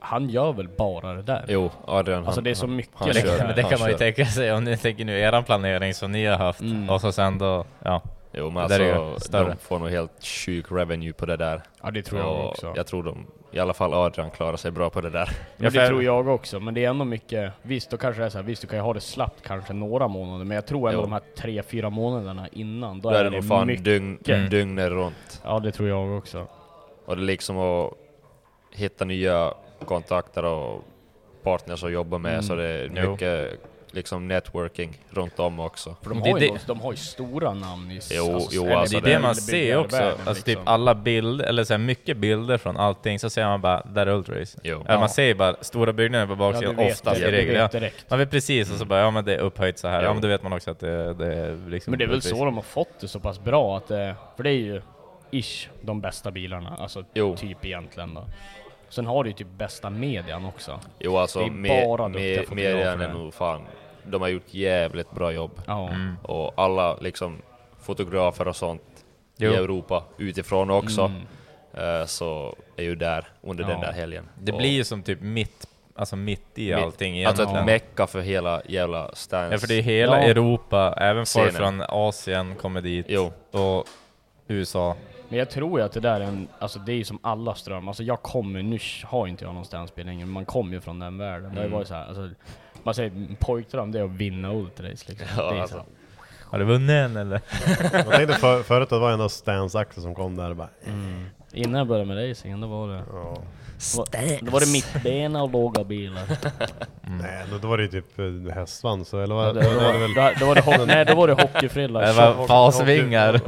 S3: han gör väl bara det där?
S2: Jo, Adrian
S3: Alltså
S2: han,
S3: det är så
S2: han,
S3: mycket
S2: han
S3: det
S2: kör,
S3: där.
S1: Men det
S2: han
S1: kan man ju
S2: kör.
S1: tänka sig om ni tänker nu eran planering som ni har haft
S3: Mm.
S1: och så sen då, ja.
S2: Jo men
S1: Det där är ju
S2: alltså,
S1: större.
S2: de får nog helt sjuk revenue på det där.
S3: Ja det tror jag
S2: Och
S3: också.
S2: jag tror de, i alla fall Adrian klarar sig bra på det där.
S3: Men
S1: för-
S3: det tror jag också, men det är ändå mycket, visst då kanske det är så här, visst du kan ju ha det slappt kanske några månader, men jag tror ändå
S2: Jo.
S3: de här tre, fyra månaderna innan, då,
S2: Då är det nog fan dygn,
S1: Mm.
S2: dygnet runt.
S3: Ja det tror jag också.
S2: Och det är liksom att hitta nya kontakter och partners att jobba med. Så det är
S1: Jo.
S2: mycket liksom networking runt om också.
S3: För de,
S1: Det-
S3: har ju
S1: det-
S3: något, de har ju stora namn i...
S2: Jo, jo,
S3: eller
S2: alltså
S3: på
S2: det-
S1: Det man
S3: den
S1: ser
S3: byggare
S1: också,
S3: världen,
S1: alltså typ
S3: liksom.
S1: alla bilder, eller så här mycket bilder från allting, så ser man bara där är Ultrace.
S2: Jo.
S1: Eller man ser ju bara stora byggnader på
S3: Ja,
S1: baksidan,
S3: du vet
S1: oftast
S3: det,
S1: i
S3: du
S1: regel.
S3: vet
S1: Ja.
S3: direkt. Mm.
S1: Man vet precis, och så bara ja men det är upphöjt så här. Ja
S2: Jo.
S1: men då vet man också att det, det är liksom
S3: Men det är väl
S1: Ultrace.
S3: så de har fått det så pass bra att det, för det är ju ish de bästa bilarna, alltså
S2: Jo.
S3: typ egentligen då. Sen har du ju typ bästa median också.
S2: Jo alltså,
S3: Det är
S2: me-
S3: bara
S2: me-
S3: duktiga fotografer
S2: median är
S3: där.
S2: nog fan, de har gjort jävligt bra jobb.
S3: Ja.
S2: Och alla liksom fotografer och sånt
S1: Jo.
S2: i Europa utifrån också, eh, så är ju där under den
S3: Ja.
S2: där helgen.
S1: Det
S2: Och
S1: blir ju som typ mitt, alltså mitt i allting
S2: Alltså
S1: egentligen.
S2: ett mecka för hela jävla stans.
S1: Ja för det är hela
S3: Ja.
S1: Europa, även folk
S2: Scenen.
S1: från Asien kommer dit.
S2: Jo.
S1: Och USA.
S3: Men jag tror ju att det där är en, alltså det är ju som alla ström. Alltså jag kommer, nu har ju inte jag någon standspill längre, men man kommer ju från den världen. Det har ju varit såhär, alltså, man säger en pojkdröm det är att vinna ultrace liksom.
S2: Ja,
S3: det är
S2: alltså.
S3: så här,
S1: Har du vunnit en eller?
S5: Jag tänkte för, förut att det var en av Stans axel som kom där och bara...
S3: innan jag började med racingen, då var det,
S5: Ja.
S3: då var det mittbena och låga bilar. Mm.
S5: Nej, då, då var det ju typ eh, hästsvans så- eller vad?
S3: Då, då,
S5: då var det väl-
S3: då, då var det, ho- nej, då var det hockeyfrilla.
S1: Det var fasvingar.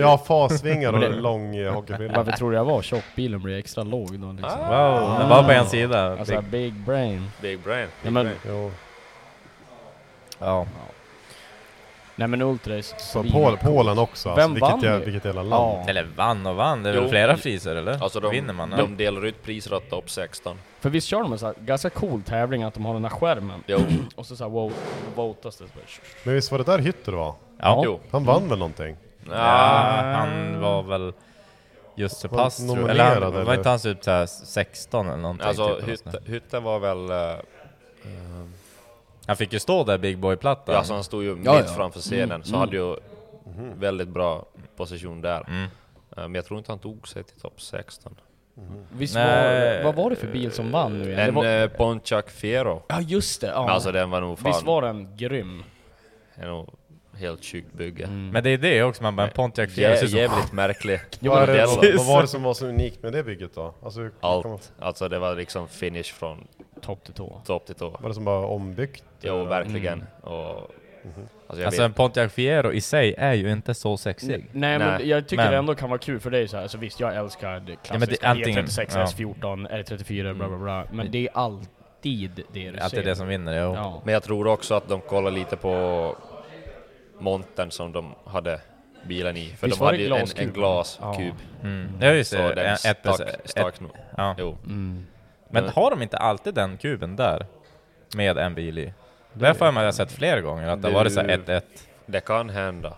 S5: Ja, fasvingar
S3: Men det-
S5: och lång eh, hockeyfrilla.
S3: Varför tror du jag var tjock? Bilen blir extra låg då liksom.
S1: Ah. Wow, den var på en sida.
S3: Alltså big, brain.
S2: Big brain.
S3: Nej men,
S5: Jo.
S1: Ja.
S3: nej men Ultrace.
S5: Så
S3: svin-
S5: Pol, Polen också alltså,
S3: Vem vann
S5: vilket, jag,
S3: ju?
S5: vilket jävla land.
S3: Ja.
S1: Eller vann och vann, det är väl
S2: Jo.
S1: flera priser eller?
S2: Alltså de,
S1: Vinner man?
S2: de delar ut priser att topp 16.
S3: För visst kör de en sån här ganska cool tävling att de har den här skärmen.
S2: Jo,
S3: Och så såhär wow, votas det. så bara, tsch, tsch.
S5: Men visst var det där Hytter var?
S1: ja.
S2: jo.
S5: Han vann väl någonting?
S2: Ah.
S1: Ja, han var väl just så
S5: Var
S1: pass tror jag. Eller
S5: nominerad,
S1: han, var
S5: eller?
S1: inte han typ såhär 16 eller någonting?
S2: Alltså
S1: typ,
S2: hytta,
S1: eller
S2: hytta var väl... eh,
S1: han fick ju stå där Big Boy-plattan.
S2: Ja, alltså han stod ju mitt framför scenen,
S3: Mm.
S2: så hade ju väldigt bra position där.
S1: Mm.
S2: Eh, Men jag tror inte han tog sig till topp 16.
S3: Visst
S1: Nej.
S3: var, vad var det för bil som vann nu igen? Det
S2: En
S3: var,
S2: eh, Pontiac Fiero.
S3: ja just det,
S2: Men
S3: ja.
S2: Alltså den var nog
S3: visst
S2: fan...
S3: var den grym?
S2: är nog helt sjukt bygge.
S3: Mm.
S1: Men det är det också, man bara en Pontiac Fiero
S2: Jä,
S1: ser ut som-
S2: jävligt märklig
S5: Vad, är det,
S2: modell.
S5: vad, vad var det som var så unikt med det bygget då? Alltså, hur- kan man-
S2: Allt. Alltså det var liksom finish från
S3: Topp till tå.
S2: topp till tå.
S5: Var det som bara ombyggt?
S3: Mm.
S2: Jo, verkligen. Och, alltså jag
S1: Alltså
S2: vet,
S1: en Pontiac Fiero i sig är ju inte så sexig.
S3: Nej men
S2: Nej,
S3: jag tycker
S1: men-
S3: det ändå kan vara kul för det är ju såhär, alltså visst jag älskar det
S1: men det-
S3: klassiska
S1: antingen-
S3: E36,
S1: ja. Mm.
S3: S14, R34, bla bla bla. Men det är alltid det du
S1: Att det
S3: ser.
S1: är det som vinner, jo.
S3: Ja.
S2: men jag tror också att de kollar lite på montern som de hade bilen i. För
S3: Visst
S2: de
S3: var
S2: hade
S3: det
S2: ju en, en
S3: glaskub?
S2: glaskub.
S1: Mm. Ja just
S2: Så
S1: det,
S2: den
S1: ett, ett,
S2: stack, stack nog.
S1: ja.
S2: Jo.
S3: Mm.
S1: Men har de inte alltid den kuben där? Med en bil i? Det har jag mig att jag har sett flera gånger, att det har varit såhär
S2: Det-
S1: 1-1.
S2: Det kan hända.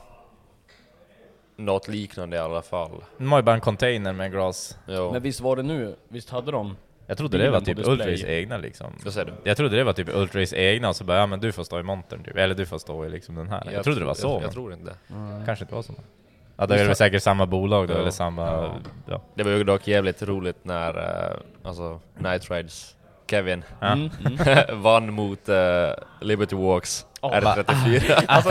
S2: Något liknande i alla fall.
S1: De har ju bara en container med glas.
S2: Jo.
S3: Men visst var det nu, visst hade de?
S1: Jag trodde det var typ
S3: Bilen på display.
S1: Ultrace egna liksom.
S2: Vad säger du?
S1: Jag trodde det var typ Ultrace egna och så bara ja men du får stå i montern typ, eller du får stå i liksom den här. Jag, trodde det var så,
S2: Jag,
S1: men
S2: jag tror inte det.
S1: kanske inte var så. Ja det är väl säkert samma bolag då,
S2: Ja.
S1: eller samma... Ja.
S2: Det var ju dock jävligt roligt när eh, alltså, Night Rides Kevin
S3: Mm, mm.
S2: vann mot eh, Liberty Walks
S3: Oh,
S2: R34.
S3: Alltså,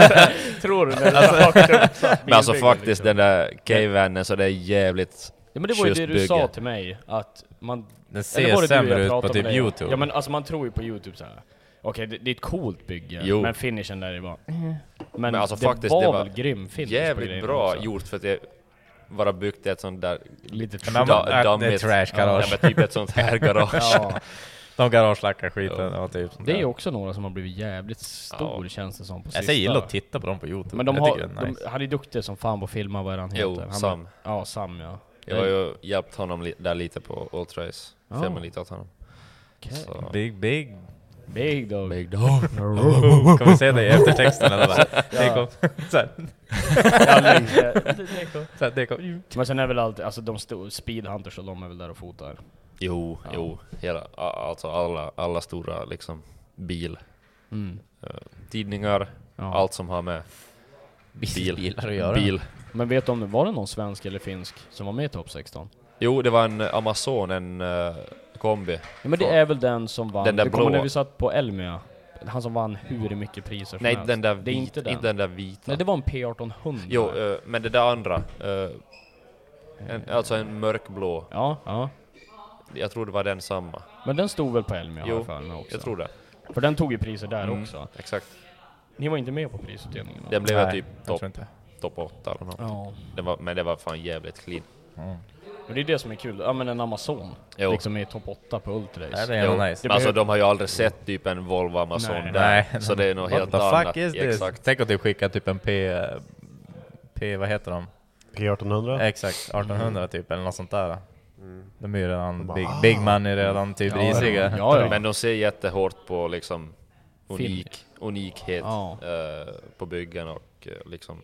S3: tror du det?
S2: men alltså faktiskt den där K-vanen så det är jävligt...
S3: liksom? Ja men det var ju
S2: Just
S3: det du
S2: bygge.
S3: sa till mig, att man...
S1: Den
S3: eller
S1: ser
S3: var det du jag
S1: sämre ut
S3: pratade
S1: på
S3: med
S1: typ
S3: dig?
S1: youtube.
S3: Ja men alltså man tror ju på youtube såhär. Okej det, det är ett coolt bygge,
S2: Jo.
S3: men finishen där är bara... Men,
S2: Men alltså
S3: det,
S2: faktiskt,
S3: var
S2: det var
S3: väl grym finish på grejen
S2: Jävligt bra
S3: också.
S2: gjort för att det vara byggt i ett sånt där...
S3: Lite
S1: men man-
S2: da-
S1: äh, det är
S2: dammigt-
S1: trashgarage.
S2: Ja, men typ ett sånt här garage.
S3: Ja,
S1: De garagelackar skiten och typ sånt
S3: det är
S1: där.
S3: ju också några som har blivit jävligt stor känns det som på
S1: Jag
S3: sista.
S1: säger gilla att titta på dem på youtube.
S3: Men de
S1: jag
S3: har,
S1: tycker det är
S3: de,
S1: nice.
S3: han är duktig som fan på att filma, vad är han heter?
S2: Jo,
S3: han,
S2: Sam.
S3: Ja, Sam ja.
S2: Jag har ju hjälpt honom li- där lite på Ultrace.
S3: Ja.
S2: Filmat lite åt honom.
S3: Okej.
S2: Så.
S1: Big big.
S3: Big dog.
S2: Big dog.
S1: Kommer Oh, vi se det i eftertexten eller vad? Det kom. Såhär. Såhär, det kom.
S3: Men sen är väl alltid, alltså de stor, speedhunters och de är väl där och fotar.
S2: Jo, jo. Hela, a- alltså alla, alla stora liksom bil. eh, tidningar,
S3: Mm. Ja.
S2: allt som har med bil,
S1: Bilar att göra.
S2: bil.
S3: Men vet du om det var det någon svensk eller finsk som var med i topp 16?
S2: Jo, det var en Amazon, en eh, kombi.
S3: Ja, men det
S2: Från-
S3: är väl den som vann,
S2: Den där
S3: du kommer
S2: blå.
S3: när vi satt på Elmia? Han som vann hur mycket priser som
S2: Nej,
S3: helst.
S2: den där,
S3: det är
S2: vit,
S3: inte den.
S2: där vita.
S3: Nej, det var en P1800.
S2: Jo, eh, men det där andra. eh, en, alltså en mörkblå.
S3: Eh. Ja, ja.
S2: Jag tror det var den samma.
S3: Men den stod väl på Elmia har
S2: Jo,
S3: jag för mig också.
S2: Jag tror det.
S3: För den tog ju priser där
S1: Mm,
S3: också.
S2: Exakt.
S3: Ni var inte med på prisutdelningen? va?
S2: Den blev väl
S1: Nej,
S2: typ
S1: jag
S2: topp
S1: tror inte.
S2: top 8 eller något.
S3: Ja.
S2: Det var, men det var fan jävligt clean.
S3: Men det är det som är kul. Ja men en Amazon
S2: Jo.
S3: liksom är topp 8 på Ultrace.
S1: Nej, det är ändå
S2: Jo,
S1: nice.
S3: Det
S2: alltså
S3: behöv-
S2: de har ju aldrig sett typ en Volvo Amazon
S3: Nej.
S2: där,
S1: Nej.
S2: så det är nog
S1: What
S2: helt
S1: the
S2: annat.
S1: fuck is this?
S2: Exakt.
S1: Tänk att du skickar typ en P... P... vad heter de?
S5: P1800?
S1: Exakt, 1800 typ eller något sånt där.
S3: Mm.
S1: De är ju redan... Big, big money redan typ risiga.
S3: "Ah." Ja, ja.
S2: Men de ser jättehårt på liksom unik, unikhet
S3: Ja.
S2: eh, på byggen och eh, liksom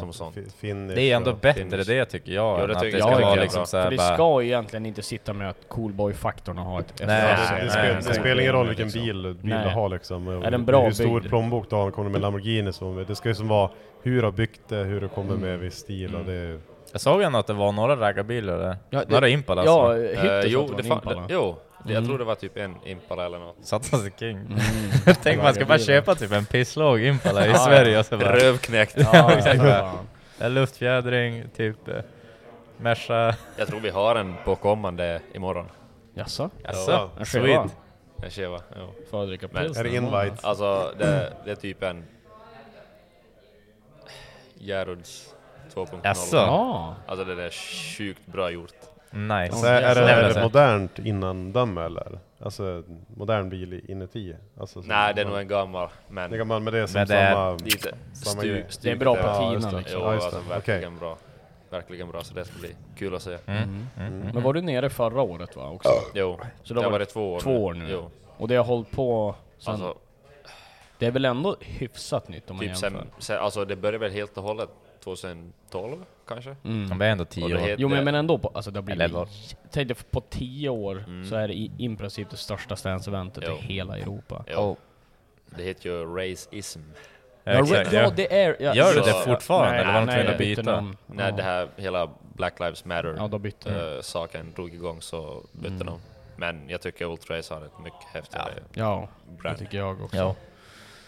S2: som sånt.
S5: F- Finish,
S1: Det är ändå
S5: ja.
S1: bättre det tycker jag,
S2: Jo,
S1: än
S2: det
S1: att det
S2: tycker jag
S1: ska
S2: är
S1: vara
S2: bra.
S1: liksom
S3: För
S1: såhär
S3: det
S1: bara...
S3: ska egentligen inte sitta med att coolboy-faktorn har ett
S1: Nej,
S5: Ja, det, det,
S1: nej,
S5: spelar, det
S1: nej.
S5: spelar ingen roll vilken
S3: liksom.
S5: bil, bil
S3: Nej.
S5: du har liksom.
S3: Är den bra
S5: hur stor
S3: byggd?
S5: plånbok du har, kommer du med Lamborghini? Som, det ska ju som vara hur du har byggt det, hur du kommer med viss stil och det är ju...
S1: Jag såg ändå att det var några raggarbilar där.
S3: Ja, det-
S1: Några Impala
S3: Ja,
S1: alltså.
S2: Eh,
S3: Hytter
S2: jo,
S3: uh,
S2: det
S3: det
S2: fan-
S3: Impala.
S2: det- jo det,
S1: Mm.
S2: jag tror det var typ en Impala eller något.
S1: Satan så king. Tänk man ska bara köpa typ en pisslåg Impala i Sverige och så bara...
S2: Rövknäckt.
S1: Ja, exakt. En luftfjädring, typ... eh, Merca.
S2: Jag tror vi har en på kommande imorgon.
S3: Jaså?
S1: Jaså?
S3: En skiva?
S1: Sweet.
S2: En Cheva. Jo.
S3: För att dricka
S2: Men-
S3: pils?
S5: Är det invite?
S2: Alltså det, det är typ en Gerhards 2.0.
S1: Jaså?
S3: Ja.
S2: Alltså det där är sjukt bra gjort.
S5: Så
S1: Nice.
S5: är, är, det, är
S1: så.
S5: det modernt innan damm eller? Alltså modern bil i- inuti? Alltså, som-
S2: Nej, det är nog en gammal, men
S5: Det kan man med det är som
S1: Men det är-
S5: samma...
S2: lite
S5: Samma
S2: stu,
S5: grej.
S3: Det är
S2: stu,
S3: bra
S5: Ja,
S3: patina
S5: just det.
S3: liksom.
S2: Jo,
S5: Ja, just
S2: alltså
S5: det.
S2: verkligen bra. Verkligen bra, så det ska bli kul att se.
S3: Men var du nere förra året va? Också?
S2: Jo,
S3: Mm. Så
S2: så
S3: då
S2: det har
S3: var det
S2: varit två år
S3: Två år nu?
S2: Jo.
S3: Och det har hållit på sen...
S2: Alltså,
S3: det är väl ändå hyfsat nytt om man
S2: typ
S3: jämför?
S2: sen, sen, alltså det började väl helt och hållet 2012 kanske?
S3: Mm.
S1: De är ändå
S2: Och
S1: tio
S2: då
S1: år.
S2: heter-
S3: Jo men, men ändå, på, alltså det har blivit...
S1: Eller-
S3: Tänk dig på tio år så är det i, i princip det största stance-eventet i
S2: Jo.
S3: hela Europa.
S2: Jo. Det heter ju Racism.
S3: Ja,
S1: exakt,
S3: ja
S1: ja.
S3: det är... Ja,
S1: Gör
S2: det
S3: så-
S2: det
S1: fortfarande,
S3: Nej,
S1: eller var de
S3: nej,
S1: tvungna
S3: jag
S1: att
S3: bytte
S1: byta?
S3: namn.
S2: När det här hela Black Lives Matter
S3: Ja, de bytte.
S2: eh, saken drog igång så bytte de. Men jag tycker Ultrace har ett mycket häftigare...
S3: Ja, det
S2: Brand.
S3: tycker jag också.
S1: Ja.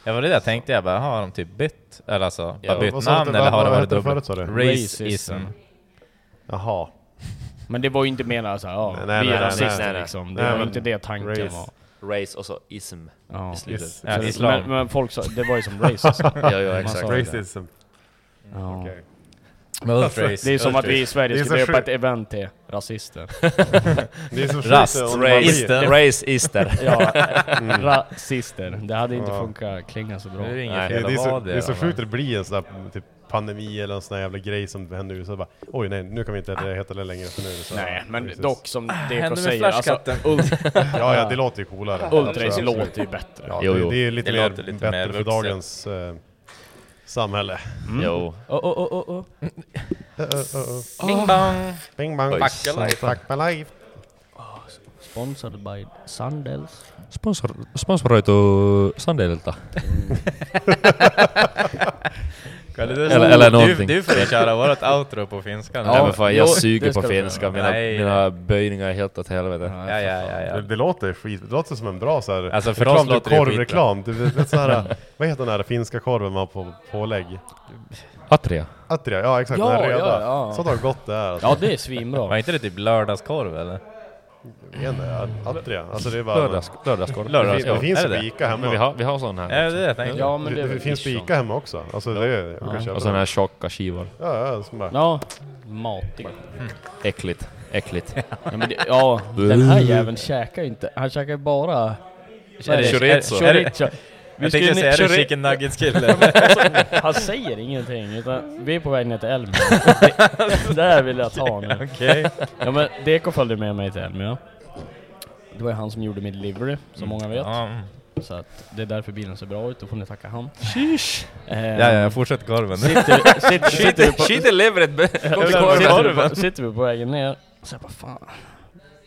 S1: Ja var det jag tänkte, jag bara, har de typ bytt? Eller alltså,
S2: Ja,
S1: bara bytt
S5: vad sa du
S1: namn
S5: att det
S1: eller
S5: var-
S1: har det
S5: vad
S1: varit
S5: hette det
S1: dubbelt?
S5: förut, sa du?
S1: Racism.
S3: Racism.
S5: Jaha.
S3: Men det var ju inte menat såhär, ja,
S5: Nej, nej,
S3: vi är
S5: nej, nej,
S3: rasister
S2: nej, nej.
S3: liksom. Det
S5: Nej,
S3: var
S5: men
S3: inte det tanken
S5: race.
S3: var.
S2: Race och så ism
S3: Ja.
S2: i slutet.
S5: Yes.
S1: Ja,
S3: Så-
S1: islam.
S3: Men, men folk sa, det var ju som racism.
S2: Ja, ja,
S3: Man sa
S2: exakt.
S3: det.
S5: Racism.
S3: Ja.
S5: Okej.
S1: Men Ultrace.
S3: Det är som att vi i
S5: Det
S3: Sverige
S5: är
S3: skulle
S5: så
S3: döpa ett
S5: sjukt.
S3: event till rasister.
S5: Det är så sjukt
S1: Rast,
S5: om man blir-
S1: race,
S2: Raceister.
S3: Ja,
S5: Mm.
S3: rasister. Det hade inte funkat klinga så bra.
S1: Nu är det inget
S2: Nej,
S5: Det är,
S1: fel
S5: det, är
S1: att
S5: så,
S1: vara
S5: det är så
S1: va?
S5: sjukt att det blir en sån där typ, pandemi eller en sån där jävla grej som händer nu. Så bara, oj nej, nu kan vi inte heta det längre för nu. är det Så,
S3: Nej, men
S5: precis.
S3: dock som Deko
S1: Händer med
S3: säger, alltså,
S1: flashkatten.
S5: Ja, ja, det låter ju coolare.
S3: Ultrace
S5: Alltså,
S3: låter ju bättre.
S5: Ja,
S2: Jo,
S5: det,
S2: jo.
S5: det är ju lite,
S1: Det
S5: mer,
S1: låter lite
S5: bättre
S1: mer
S5: för
S1: vuxet.
S5: dagens eh, samhälle.
S2: Jo.
S3: Oh, oh, oh, oh, oh.
S1: Bing bang!
S5: Bing bang,
S2: Oj,
S5: fuck my life. Fuck my life.
S3: Sponsored by Sandels.
S2: Sponsor, sponsoroitu Sandelilta. Eller- eller
S1: du,
S2: någonting.
S1: du får ju köra vårt outro på finska nu.
S2: Nej men fan, jag
S3: jo, det
S2: suger
S3: ska
S2: på
S3: du göra.
S2: finska. Mina,
S1: Nej.
S2: mina böjningar är helt åt helvete.
S1: Ja, ja, ja,
S5: Det,
S1: ja.
S5: det låter skit, det låter som en bra såhär...
S1: Alltså, för oss låter det ju skitbra.
S5: typ korvreklam. Du vet, vet, så här, vad heter den här finska korven man har på pålägg?
S2: Atria.
S5: Atria, ja exakt, den
S3: Ja,
S5: här röda.
S3: ja, ja.
S5: Sånt har gott det är. Alltså.
S3: Ja, det är
S1: Var
S3: svinbra.
S1: inte det typ lördagskorv eller?
S5: Ja. Atria, alltså det är bara...
S2: Lördags, lördagskorv.
S5: Det,
S1: Lördags-
S5: fin- det finns
S1: Är
S5: ju
S1: det
S5: på
S1: det?
S5: Ica hemma.
S2: Men vi har, vi har sån
S1: Är
S2: här.
S1: det det jag tänkte?
S3: Ja, men det,
S5: det,
S3: är
S5: det
S3: väl
S5: finns på
S3: Ischon.
S5: Ica hemma också. Alltså det är, jag kan köpa
S2: Och såna
S5: det.
S2: här tjocka skivor.
S5: Ja, ja, som bara...
S3: Ja, matig.
S2: Äckligt. Äckligt.
S3: Ja, men det, ja, den här jäveln käkar ju inte. Han käkar ju bara...
S1: Är det chorizo?
S3: Är det- Chorizo.
S1: Jag
S3: skulle
S1: tänkte säga, är det
S3: chori-
S1: chicken nuggets kille?
S3: Han säger ingenting, utan vi är på väg ner till Elmia. Det- Där vill jag ta nu.
S1: Okej.
S3: Ja men Deko följde med mig till Elmia. Det var ju han som gjorde min livery, som många vet.
S1: Ja, mm.
S3: Så att det är därför bilen ser bra ut, då får ni tacka han. Ehm,
S1: Ja, ja, fortsätt korven.
S3: Sitter, sitter, sitter, vi på,
S1: Shit i leveret!
S3: sitter, vi på, sitter vi på vägen ner, så jag bara fan.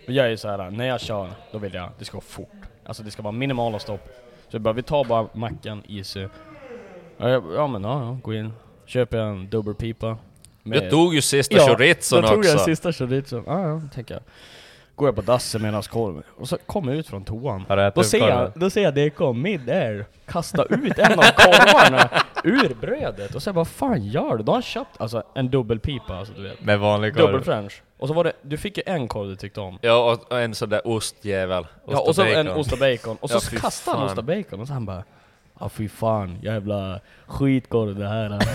S3: Och Jag är ju såhär, när jag kör, då vill jag, det ska gå fort. Alltså det ska vara minimala stopp. Så jag bara, vi tar bara mackan, Easy. Ja, jag, ja men ja, ja, gå in. Köper jag en dubbelpipa.
S2: Du tog ju sista
S3: Ja,
S2: chorizon
S3: då tog jag den
S2: också.
S3: sista chorizon. Ja, ja, tänker jag. Går jag på dassen med en ask korv och så kommer jag ut från toan.
S1: Har du ätit
S3: Då ser jag,
S1: korven?
S3: då ser jag DK mid-air kasta ut en av korvarna ur brödet och så jag bara fan gör du? Då har han köpt alltså en dubbelpipa alltså du vet.
S1: Med vanlig
S3: Dubbel
S1: korv.
S3: french. Och så var det, du fick ju en korv du tyckte om.
S2: Ja, och, och en sån där ostjävel.
S3: Ja, och så en ost och bacon. Och så
S2: Ja, fy
S3: kastade han
S2: fan.
S3: ost och bacon och så han bara Ja fy fan, jävla skitkorv det här. Alltså,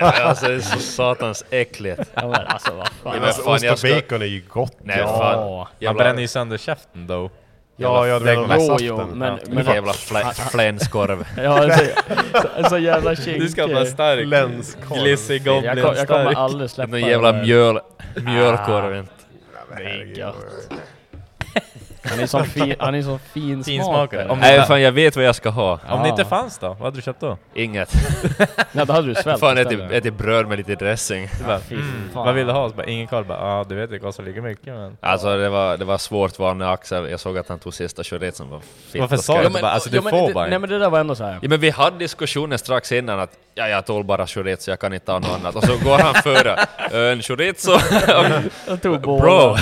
S2: Ja, alltså det är så satans äckligt.
S3: Ja, men alltså vad fan.
S2: Nej, men
S5: Alltså,
S2: fan,
S5: ost
S2: jag
S5: och
S2: ska-
S5: bacon är ju gott.
S2: Nej
S3: Ja.
S2: fan.
S1: Man
S2: Jävla-
S1: bränner ju sönder käften då.
S5: Ja, jag hade
S2: lägg
S5: redan
S2: mig.
S3: Jo,
S5: saften.
S3: jo, men, men
S2: Men jävla flä- flänskorv.
S3: Ja, så, så, så jävla kinkig.
S1: Du ska vara stark.
S5: Länskorv.
S1: Glissig
S3: jag, kom,
S1: goblin
S3: jag kommer
S1: stark.
S3: aldrig Ah, släppa
S2: Den jävla Ah.
S3: det.
S2: mjöl... Mjölkorv.
S3: Det är gött. Han är sån fin, han är sån fin
S1: Finsmakare. Om,
S3: smakare.
S1: det,
S2: Nej fan jag vet vad jag ska ha.
S1: om det inte
S3: Ah.
S1: fanns då? Vad hade du köpt då?
S2: Inget.
S3: Nej då hade du svält
S2: Fan typ
S3: istället.
S2: ätit ätit bröd med lite dressing.
S1: Bara,
S3: Fy
S1: mm,
S3: fan.
S1: vad vill du ha? Så bara, ingen korv. Bara, ah, du vet det kostar lika mycket men...
S2: Alltså det var, det var svårt val när Axel, jag såg att han tog sista chorizen. Vad fitta
S1: Varför
S2: ska
S1: sa
S2: jag-
S1: du? Bara, alltså, du
S3: men
S1: får
S3: det,
S1: bara
S3: Nej
S1: en.
S3: men det där var ändå såhär.
S2: Ja, men vi hade diskussionen strax innan att ja, jag tål bara chorizo, jag kan inte ha något annat. Och så går han före. En chorizo?
S3: Jag tog båda.
S2: Bro!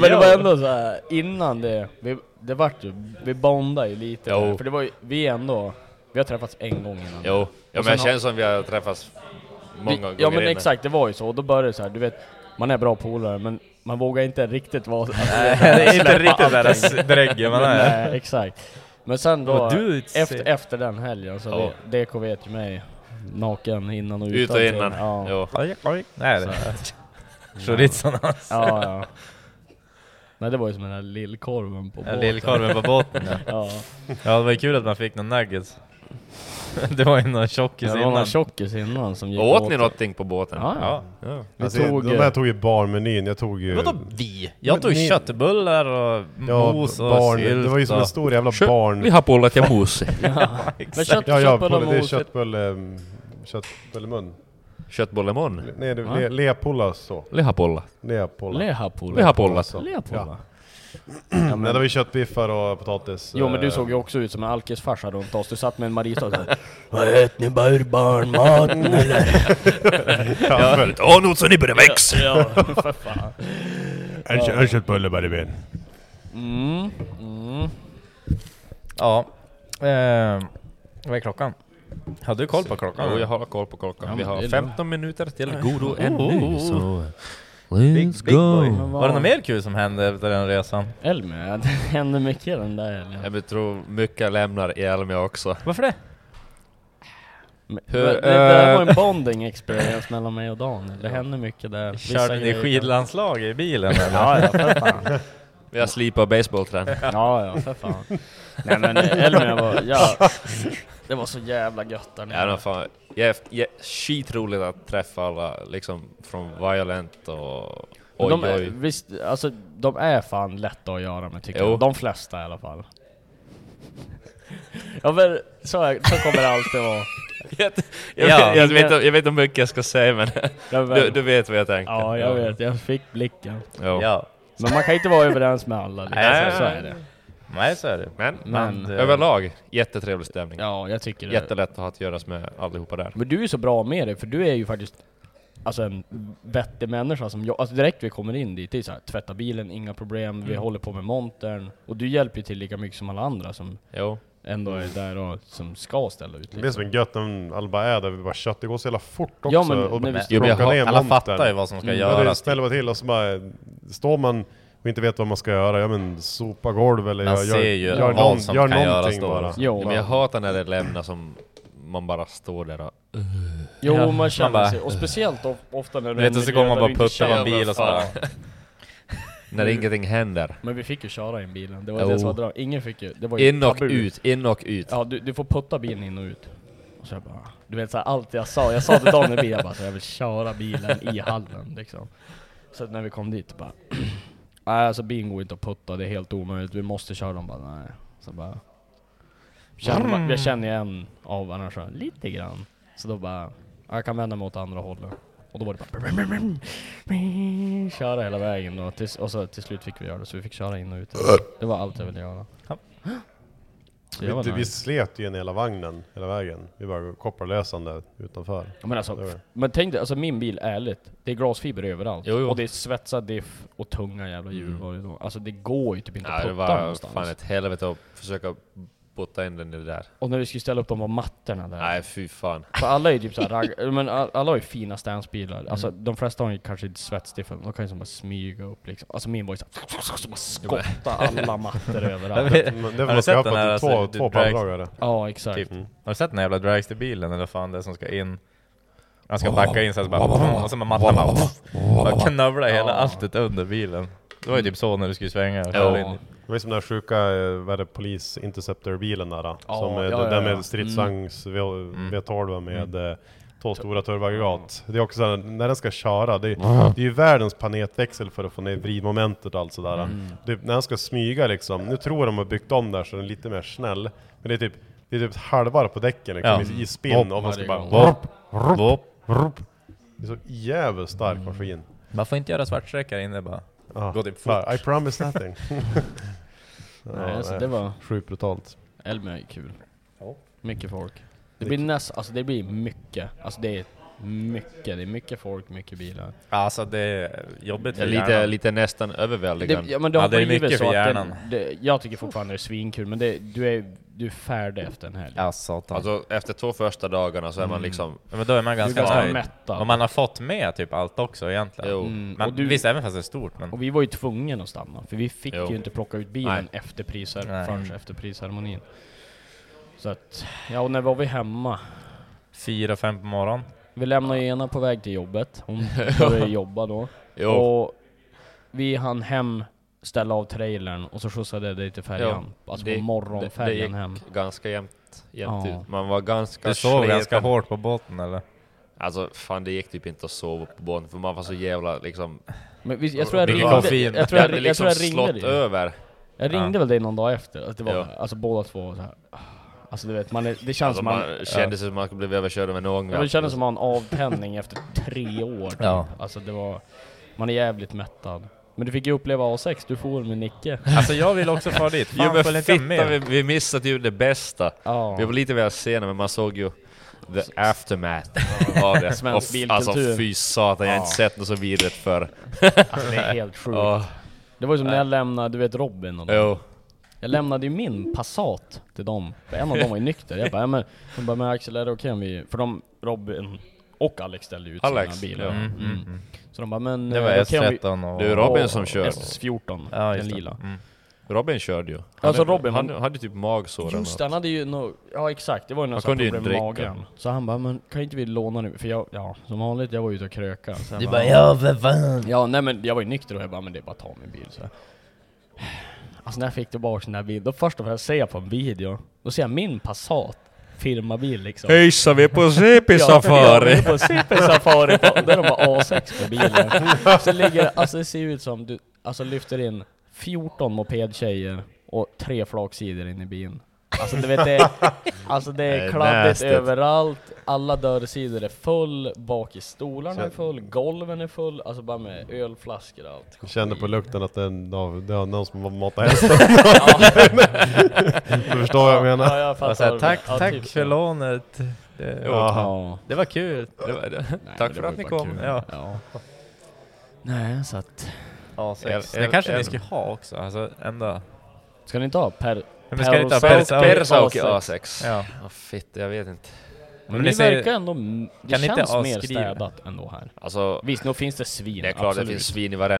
S3: Men det var ändå så här, innan det, vi, det vart ju, vi bondade ju lite.
S2: Jo.
S3: där, För det var ju, vi är ändå, vi har träffats en gång innan.
S2: Jo, ja, men
S3: sen
S2: jag
S3: har-
S2: känner som vi har träffats många
S3: vi,
S2: gånger
S3: Ja men
S2: innan.
S3: exakt, det var ju så. Och då började det så här, du vet, man är bra polare men man vågar inte riktigt vara... Alltså,
S1: Det är inte
S3: släppa
S1: riktigt
S3: allting.
S1: deras drägg man är.
S3: Nej, eh, exakt. Men sen då,
S1: Vad du
S3: efter,
S1: säger.
S3: efter den helgen så
S2: Ja.
S3: det, DK vet ju mig. Naken innan och utan.
S2: Ut och
S3: till.
S2: innan.
S3: Ja.
S2: Jo.
S1: Oj, oj. Nej, det Chorizon alltså.
S3: ja, ja. Nej det var ju som den där lillkorven på
S1: Ja,
S3: båten.
S1: Lillkorven på båten ja.
S3: Ja.
S1: ja, det var ju kul att man fick någon nuggets. Det var ju någon tjockis
S3: Det var någon
S1: innan.
S3: tjockis innan som gick
S2: Och åt ni någonting på båten?
S3: Ja, ja.
S1: Ja.
S2: Ja.
S3: Vi
S5: Alltså,
S3: tog...
S5: de där tog ju barmenyn, jag tog ju...
S1: Vadå vi? Jag
S5: Men
S1: tog
S5: ni-
S1: köttbullar och
S5: Ja,
S1: mos och
S5: barn,
S1: sylt
S5: det var ju som en
S1: och-
S5: stor jävla
S2: Kö-
S5: barn...
S2: Vi har pullat jag mos.
S3: Men kött,
S5: Ja, ja,
S3: köttbullar
S5: pulle- det är
S3: mos...
S5: köttbulle... mm, Köttbullemun.
S2: Köttbullemon.
S5: Nej, det-
S3: Va?
S5: le, lepulla så.
S2: Lehapulla.
S5: Lepulla.
S3: Lehapulla.
S2: Lehapulla.
S5: så. Ja.
S3: Lehapulla.
S5: Nej, det var ju köttbiffar och potatis.
S3: Jo men du
S5: eh,
S3: såg ju också ut som en alkisfarsa runt oss. Du satt med en Marita och såhär... Vad äter ni barnmaten eller?
S5: eh, Ja, men-
S2: Åh, nu så ni börjar växa!
S3: Ja, för fan.
S5: En kö- en köttbulle bara i ben.
S3: Mm, mm.
S1: Ja. Ehm, vad är klockan? Har du koll på klockan?
S2: Jo, jag har koll på klockan.
S3: Ja,
S2: Vi
S3: men det
S2: har
S3: är bra.
S2: 15 minuter till godo
S1: Oh.
S2: ännu. Så.
S1: Big,
S2: Let's
S1: big boy.
S2: go!
S1: Var det något mer kul som hände efter den resan?
S3: Elmia, det hände mycket den där helgen.
S2: Jag tror mycket lämnar i Elmia också.
S1: Varför det?
S3: Men-
S2: Hur-
S3: det, det där var
S2: eh.
S3: en bonding experience mellan mig och Daniel. Det hände mycket där. Vissa
S1: Körde ni
S3: grejer.
S1: skidlandslag i bilen eller?
S3: Ja, ja, för fan.
S2: Vi har slipat basebollträn.
S3: Ja, ja, för fan. Nej men eh, Elmia var, ja, det var så jävla gött där
S2: Ja,
S3: nere.
S2: men fan. jä- jä- Skitroligt att träffa alla liksom från Violent och... Oj,
S3: de, är,
S2: oj.
S3: visst, alltså de är fan lätta att göra med tycker
S2: Jo.
S3: jag. De flesta i alla fall. Ja men så, är, så kommer det alltid vara.
S2: Jag, jag,
S1: Ja.
S2: vet- jag, vet, inte- jag vet inte hur mycket jag ska säga men
S3: Jag vet.
S2: du, du vet vad jag tänker.
S3: Ja, jag vet. Jag fick blicken.
S2: Jo.
S1: Ja.
S3: Men man kan inte vara överens med alla. Liksom.
S1: Nej,
S3: så,
S1: nej,
S3: är det.
S1: Nej, så är det.
S2: Men, eh,
S3: Men-
S1: det-
S2: överlag, jättetrevlig stämning.
S3: Ja, jag tycker det.
S2: Jättelätt att ha att göras med allihopa där.
S3: Men du är så bra med det, för du är ju faktiskt Alltså en vettig människa som jag, alltså direkt vi kommer in dit, det är så här, tvätta bilen, inga problem, vi
S1: Mm.
S3: håller på med montern. Och du hjälper ju till lika mycket som alla andra som
S2: Jo.
S3: ändå är där och som ska ställa ut.
S5: Det är som är gött när alla bara är där, vi bara kött, det går så jävla fort också.
S3: Ja, men-
S5: och
S3: nej,
S5: vi
S3: visst.
S1: Jo, men jag
S5: plockar
S1: har-
S5: ner
S1: alla
S5: montern.
S1: fattar ju vad alltså. som ska
S5: Mm. Ja, det
S1: göras.
S5: smäller bara till och så bara står man och inte vet vad man ska göra, ja men sopa golv eller
S1: Man
S5: gör,
S1: ser ju
S5: gör,
S1: vad
S5: någon,
S1: som
S5: gör
S1: kan
S5: någonting
S1: göras då. alltså.
S5: bara.
S3: Jo,
S2: Ja, men jag hatar när det lämnar som man bara står där och...
S3: jo
S1: Ja,
S3: man känner
S1: man bara-
S3: sig, och speciellt of, ofta när du
S1: Du vet,
S3: är
S1: och
S3: i
S1: så
S3: en
S1: kommer
S3: miljö
S1: man
S3: där
S1: bara
S3: du inte
S1: putta på en
S3: känner-
S1: bil och så bara...
S2: När ingenting händer.
S3: Men vi fick ju köra in bilen, det var
S2: Jo.
S3: det som var dra. Ingen fick ju, det var ju
S2: In och
S3: tabu.
S2: ut, in och ut.
S3: Ja, du, du får putta bilen in och ut. Och så jag bara, du vet såhär, allt jag sa, jag sa till Daniel bil, jag bara så jag vill köra bilen i hallen liksom. Så att när vi kom dit bara, nej alltså bilen går inte att putta, det är helt omöjligt, vi måste köra dem bara, nej. Så bara, känner, man- jag känner ju en av arrangörerna lite grann. Så då bara, ja, jag kan vända mig åt andra hållet. Och då var det bara köra hela vägen då, tills, och så till slut fick vi göra det, så vi fick köra in och ut. Det var allt jag ville göra. Det var
S5: Vi, vi
S3: nice.
S5: slet ju en hela vagnen hela vägen. Vi var kopparlösande utanför.
S3: Ja, Men,
S5: Det
S3: alltså,
S5: var-
S3: f- men tänk dig, alltså min bil, ärligt. Det är glasfiber överallt.
S2: Jo, jo.
S3: Och det är svetsad diff och tunga jävla hjul.
S2: Mm.
S3: var det då. Alltså det går ju typ inte att
S2: Nej, det
S3: putta
S2: var
S3: någonstans.
S2: fan ett helvete att försöka botta in den i det där.
S3: Och när vi skulle ställa upp dem på mattorna där.
S2: Nej, fy fan.
S3: För alla är ju typ såhär ragg... Men all- alla har ju fina stansbilar. Alltså
S2: Mm.
S3: de flesta har ju kanske inte svetsdiffen. De kan ju som bara smyga upp liksom. Alltså min var ju såhär... Så bara skotta alla mattor överallt.
S5: Men det
S1: Har
S5: var
S1: du
S5: något
S1: sett
S5: jag
S1: den
S5: hade
S1: här,
S5: på, två,
S1: alltså,
S5: två
S1: drag-
S5: panndragare.
S3: Ja, exakt.
S1: Typ. Har du sett den jävla dragsterbilen eller vad fan det är som ska in? Han ska backa in så här, så bara, och så med mattan bara, bara knövla hela alltet under bilen. Det var ju typ så när du skulle svänga.
S3: Ja.
S5: Det var ju som den där sjuka, eh, vad är det, polis interceptor-bilen där. då.
S3: Ja,
S5: som eh,
S3: ja,
S5: det
S3: ja, Mm.
S5: där
S3: ja.
S5: med stridsvagns V- V12 med eh, två stora turboaggregat. Det är också såhär, när den ska köra, det är, det är ju världens planetväxel för att få ner vridmomentet och allt sådär.
S3: Mm.
S5: Typ, när den ska smyga liksom, nu tror de har byggt om där så den är lite mer snäll. Men det är typ, det är typ ett halvvarv på däcken liksom, i- i spinn och man ska bara...
S3: varje gång.
S5: Vop, vop, vop. Det är så jävligt
S3: Mm.
S5: stark maskin.
S1: Man får inte göra svartstreckar inne bara.
S5: Ah,
S1: Gå typ
S5: bara, I promise nothing. Ja,
S3: Nej, alltså det var...
S5: Sjukt brutalt.
S3: Elmia är kul. Mycket folk. Det blir näst... Alltså det blir mycket. Alltså det är mycket. Det är mycket folk, mycket bilar.
S1: Alltså det är jobbigt för
S2: Lite,
S1: hjärnan.
S2: lite nästan överväldigande.
S3: Det, ja men det har
S1: Ja, det är
S3: blivit
S1: mycket
S3: så
S1: för
S3: att den,
S1: hjärnan.
S3: det, Jag tycker fortfarande det är svinkul men det, du är du är färdig efter en helg.
S1: Ja satan.
S2: Alltså efter två första dagarna så är
S3: Mm.
S2: man liksom...
S1: Ja, men då är man
S3: du är
S1: ganska
S3: ganska
S1: nöjd.
S3: mättad.
S1: Och man har fått med typ allt också egentligen.
S2: Jo.
S3: Mm, och
S1: Men,
S3: du-
S1: Visst, även fast det är stort men...
S3: Och vi var ju tvungna att stanna, för vi fick
S2: Jo.
S3: ju inte plocka ut bilen
S2: Nej.
S3: efter priser,
S1: Nej.
S3: förrän efter prisceremonin. Så att, ja och när var vi hemma?
S1: Fyra, fem på morgonen.
S3: Vi lämnade ju ena på väg till jobbet, hon började jobba då.
S2: Jo.
S3: Och vi hann hem, ställa av trailern och så skjutsade jag dig till färjan. Alltså på
S2: det, det
S3: morgonfärjan
S2: gick
S3: hem.
S2: ganska jämnt, jämnt
S3: Ja.
S2: ut. Man var ganska
S1: Du sov
S2: sliten.
S1: ganska hårt på båten eller?
S2: Alltså fan det gick typ inte att sova på båten för man var så jävla liksom...
S3: Men visst, jag tror jag
S1: Mycket
S3: ringde, jag tror
S1: koffein.
S3: jag, jag,
S2: Vi
S3: tror
S2: hade
S3: jag, jag,
S2: liksom
S3: tror jag ringde
S2: slått
S3: dig.
S2: över.
S3: Jag ringde väl dig någon dag efter, att det var,
S2: Ja.
S3: alltså båda två så här. Alltså du vet, man är, det känns
S2: Alltså
S3: som man...
S2: man kände sig som man blev överkörd av en ånga. Alltså,
S3: Ja, det kändes som att ha en avtändning efter tre år. typ.
S1: Ja.
S3: Alltså det var... Man är jävligt mättad. Men du fick ju uppleva A6, du for med Nicke.
S1: Alltså jag vill också fara dit. Fan,
S2: Jo men
S1: följ inte jag
S2: fitta,
S1: med?
S2: vi, vi missade ju det bästa.
S3: Ja.
S2: Vi var lite väl sena men man såg ju the aftermath av det.
S3: Svensk
S2: Och f-
S3: bilkultur.
S2: alltså fy satan, jag har inte sett något så vidrigt förr.
S3: Alltså det är helt sjukt.
S2: Ja,
S3: Det var ju som när jag lämnade, du vet Robin och dem.
S2: jo.
S3: Jag lämnade ju min Passat till dem. För en av dem var ju nykter. Jag bara, ja, men, de bara, men Axel är det okej om vi... För de, Robin och Alex ställde ju ut
S2: Alex,
S3: sina bilar.
S2: ja.
S3: Mm, mm. Så de bara, men...
S1: Det
S3: eh,
S1: var
S3: är okej om vi-
S1: S13 och...
S2: Det är Robin som
S3: och
S2: kör.
S3: S14,
S1: Ja,
S3: den
S1: just det.
S3: lila.
S1: Mm.
S2: Robin körde ju.
S3: Alltså,
S2: hade-
S3: Robin,
S2: han
S3: han-
S2: hade typ magsår eller
S3: Just
S2: något.
S3: det, han hade ju nå ja exakt, det var ju något
S2: Han
S3: sånt
S2: kunde ju
S3: problem
S2: inte
S3: med
S2: dricka.
S3: magen. Så han bara, men kan inte vi låna nu? För jag, ja som vanligt, jag var ute och kröka. Så han
S1: ja för fan.
S3: ja nej men jag var ju nykter och jag bara, men det är bara att ta min bil så. här. Alltså när jag fick tillbaka den här bilen, då först och främst ser jag på en video, då ser jag min Passat, firmabil liksom.
S2: Hejsan, vi är på CP
S3: Ja, vi är på supersafari! på- Där de har A6 på bilen. Så ligger det- alltså det ser ut som du alltså lyfter in 14 mopedtjejer och tre flaksidor in i bilen. Alltså du vet det är, alltså det
S2: Det
S3: är
S2: är
S3: kladdigt
S2: nasty.
S3: överallt, alla dörrsidor är full, bak i stolarna är
S5: Så-
S3: full, golven är full, alltså bara med ölflaskor och allt.
S5: Jag kände på lukten att den, av- det var någon som matat hästen. du förstår vad jag menar.
S3: Ja, jag
S1: Och så här, tack,
S3: Ja,
S1: tack
S3: typ så.
S1: för lånet. Det,
S5: Ja.
S3: Ja.
S1: det var kul. Det var,
S3: Nej,
S1: tack
S3: men
S1: för
S3: det var
S1: att
S3: ju
S1: ni
S3: bara
S1: kom.
S3: kul.
S1: Ja.
S3: Ja. Nej, så att...
S1: A6.
S2: El-
S1: Det kanske
S2: el-
S1: ni ska ha också. Alltså ända...
S3: Ska ni inte ha per...
S1: Men ska ni inte ha
S3: Perosau-
S1: Perosau-
S2: Persa och
S3: A6.
S2: A6.
S1: Ja.
S2: Ja, fitt, jag vet inte.
S3: Men,
S1: Men
S3: ni
S1: det säger-
S3: verkar ändå... m- Det
S1: Kan ni inte
S3: känns mer
S1: avskriva?
S3: städat ändå här.
S2: Alltså,
S3: Visst, nu finns det svin,
S2: det är klart det
S3: absolut.
S2: finns svin i varenda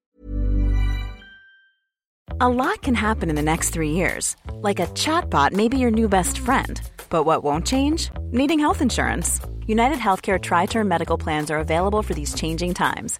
S7: A lot can happen in the next three years. Like a chatbot may be your new best friend. But what won't change? Needing health insurance. United Healthcare Tri Term Medical Plans are available for these changing times.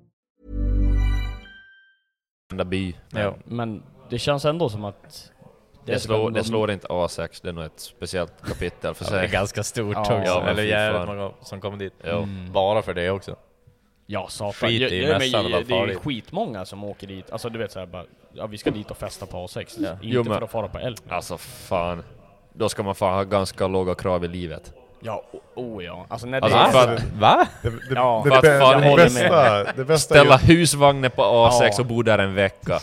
S2: Enda by.
S3: Men, men det känns ändå som att...
S2: Det, slår, det slår inte A6, det är nog ett speciellt kapitel för
S1: Ja,
S2: sig.
S1: det är ganska stort också. Eller jävligt många som kommer dit. Bara för det också.
S3: Ja satan.
S1: Skit
S3: Jag-
S1: i
S3: jag- men
S1: mässan,
S3: det-
S1: vad
S3: Det är ju
S1: farligt.
S3: skitmånga som åker dit. Alltså du vet såhär bara, ja vi ska dit och festa på A6. Inte
S2: Jo, men-
S3: för att fara på L.
S2: Alltså fan. Då ska man fan ha ganska låga krav i livet.
S3: Ja, o- oh ja. Alltså när
S2: Alltså,
S3: det
S2: för att- Va?
S5: Det, det,
S3: Ja.
S5: det,
S2: För att
S5: det,
S2: fan
S5: det
S2: håller med.
S5: bästa, det bästa
S2: Ställa
S5: är ju-
S2: husvagnen på A6
S5: Ja.
S2: och bo där en vecka.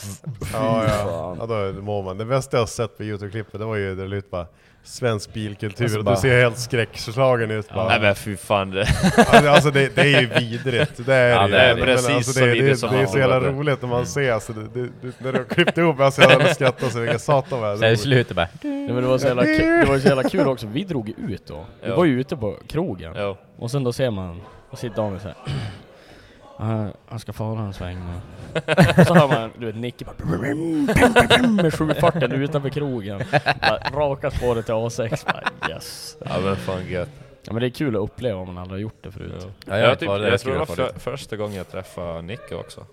S5: Ja, ja. ja då mår man. Det bästa jag sett på Youtube-klippet, det var ju där det ut bara Svensk
S2: Och så
S5: bilkultur, och
S2: bara-
S5: du ser helt skräckslagen ut bara.
S2: Nej men fy fan. Det.
S5: Alltså, alltså det, det är ju vidrigt, det är
S2: Ja,
S5: ju.
S2: det är
S5: Men
S2: precis
S5: alltså,
S2: så
S5: det, är-
S2: vidrigt
S5: det,
S2: som
S5: det är
S2: man
S5: så jävla
S2: håller på. Mm.
S5: roligt när man ser, alltså, det, det, det, när de klippte ihop, alltså jag hade skrattat så mycket, satan vad
S1: Så är det slut, det bara-
S3: Nej, men det, var så jävla kul, det var ju så jävla kul också, vi drog ju ut då. Vi
S1: Ja.
S3: var ju ute på krogen.
S1: Ja.
S3: Och sen då ser man, och sitter Daniel såhär. "Ja, Han ska fara en sväng nu. Så hör man, du vet Nicke bara med 740 utanför krogen. Bara Raka spåret till A6. Bara, yes.
S2: Ja, men fan gött.
S3: Ja men det är kul att uppleva om man aldrig har gjort det förut.
S2: jag, typ, jag tror det var för, första gången jag träffade Nicke också.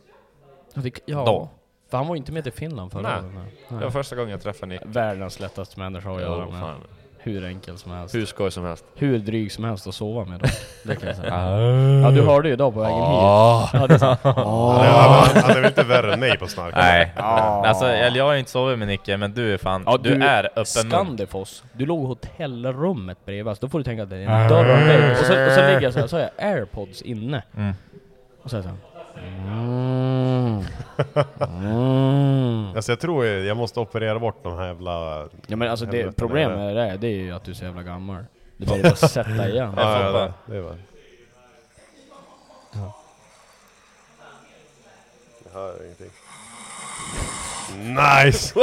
S3: Ja, det, ja.
S2: Då.
S3: För han var ju inte med till Finland förra
S2: Nej.
S3: året. nej.
S2: Det var första gången jag träffade Nicke.
S3: Världens lättaste människa att
S2: Jo,
S3: göra med.
S2: fan.
S3: Hur enkel som helst.
S2: Hur skoj som helst.
S3: Hur dryg som helst att sova med dock. Det kan jag säga.
S2: Ah.
S3: ja du hörde ju idag på vägen
S2: Ah.
S3: hit. Ja, det är så.
S2: Han är- han är- han är väl inte värre än mig på snark.
S1: Nej.
S3: Ah.
S1: Alltså, eller jag har ju inte sovit med Nicke, men du är fan...
S3: Ja,
S1: du, är öppen mun.
S3: Skandifoss. Du låg i hotellrummet bredvid, alltså, då får du tänka att det är en
S1: Ah.
S3: dörr och en vägg. Och så, och så ligger jag så här, så har jag airpods inne.
S1: Mm.
S3: Och så är jag så här. Mm. Mm.
S5: Alltså jag tror ju, jag måste operera bort de här jävla...
S3: Ja men alltså det,
S5: helvetena.
S3: problemet med det där, det är ju att du är så jävla gammal. Du börjar bara sätta igen.
S5: Ja, ja, det, det var. Jag hör ingenting. Nice!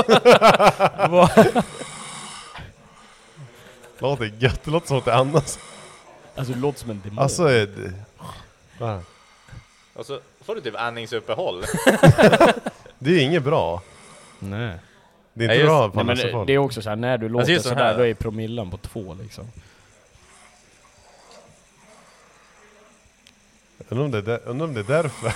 S5: låter gött, det låter som något annat.
S3: Alltså det låter som en demon.
S5: Alltså... det- va?
S1: Och
S2: Alltså,
S1: så får du typ andningsuppehåll.
S5: Det är ju inget bra.
S3: Nej.
S5: Det är inte
S3: Ja, just-
S5: bra på
S3: nej, men
S5: massa
S3: det,
S5: folk.
S3: det är också såhär, när du
S1: Alltså,
S3: låter
S1: just den
S3: sådär,
S1: här.
S3: då är promillan på två liksom.
S5: Undrar om det är, där, undrar om det är därför.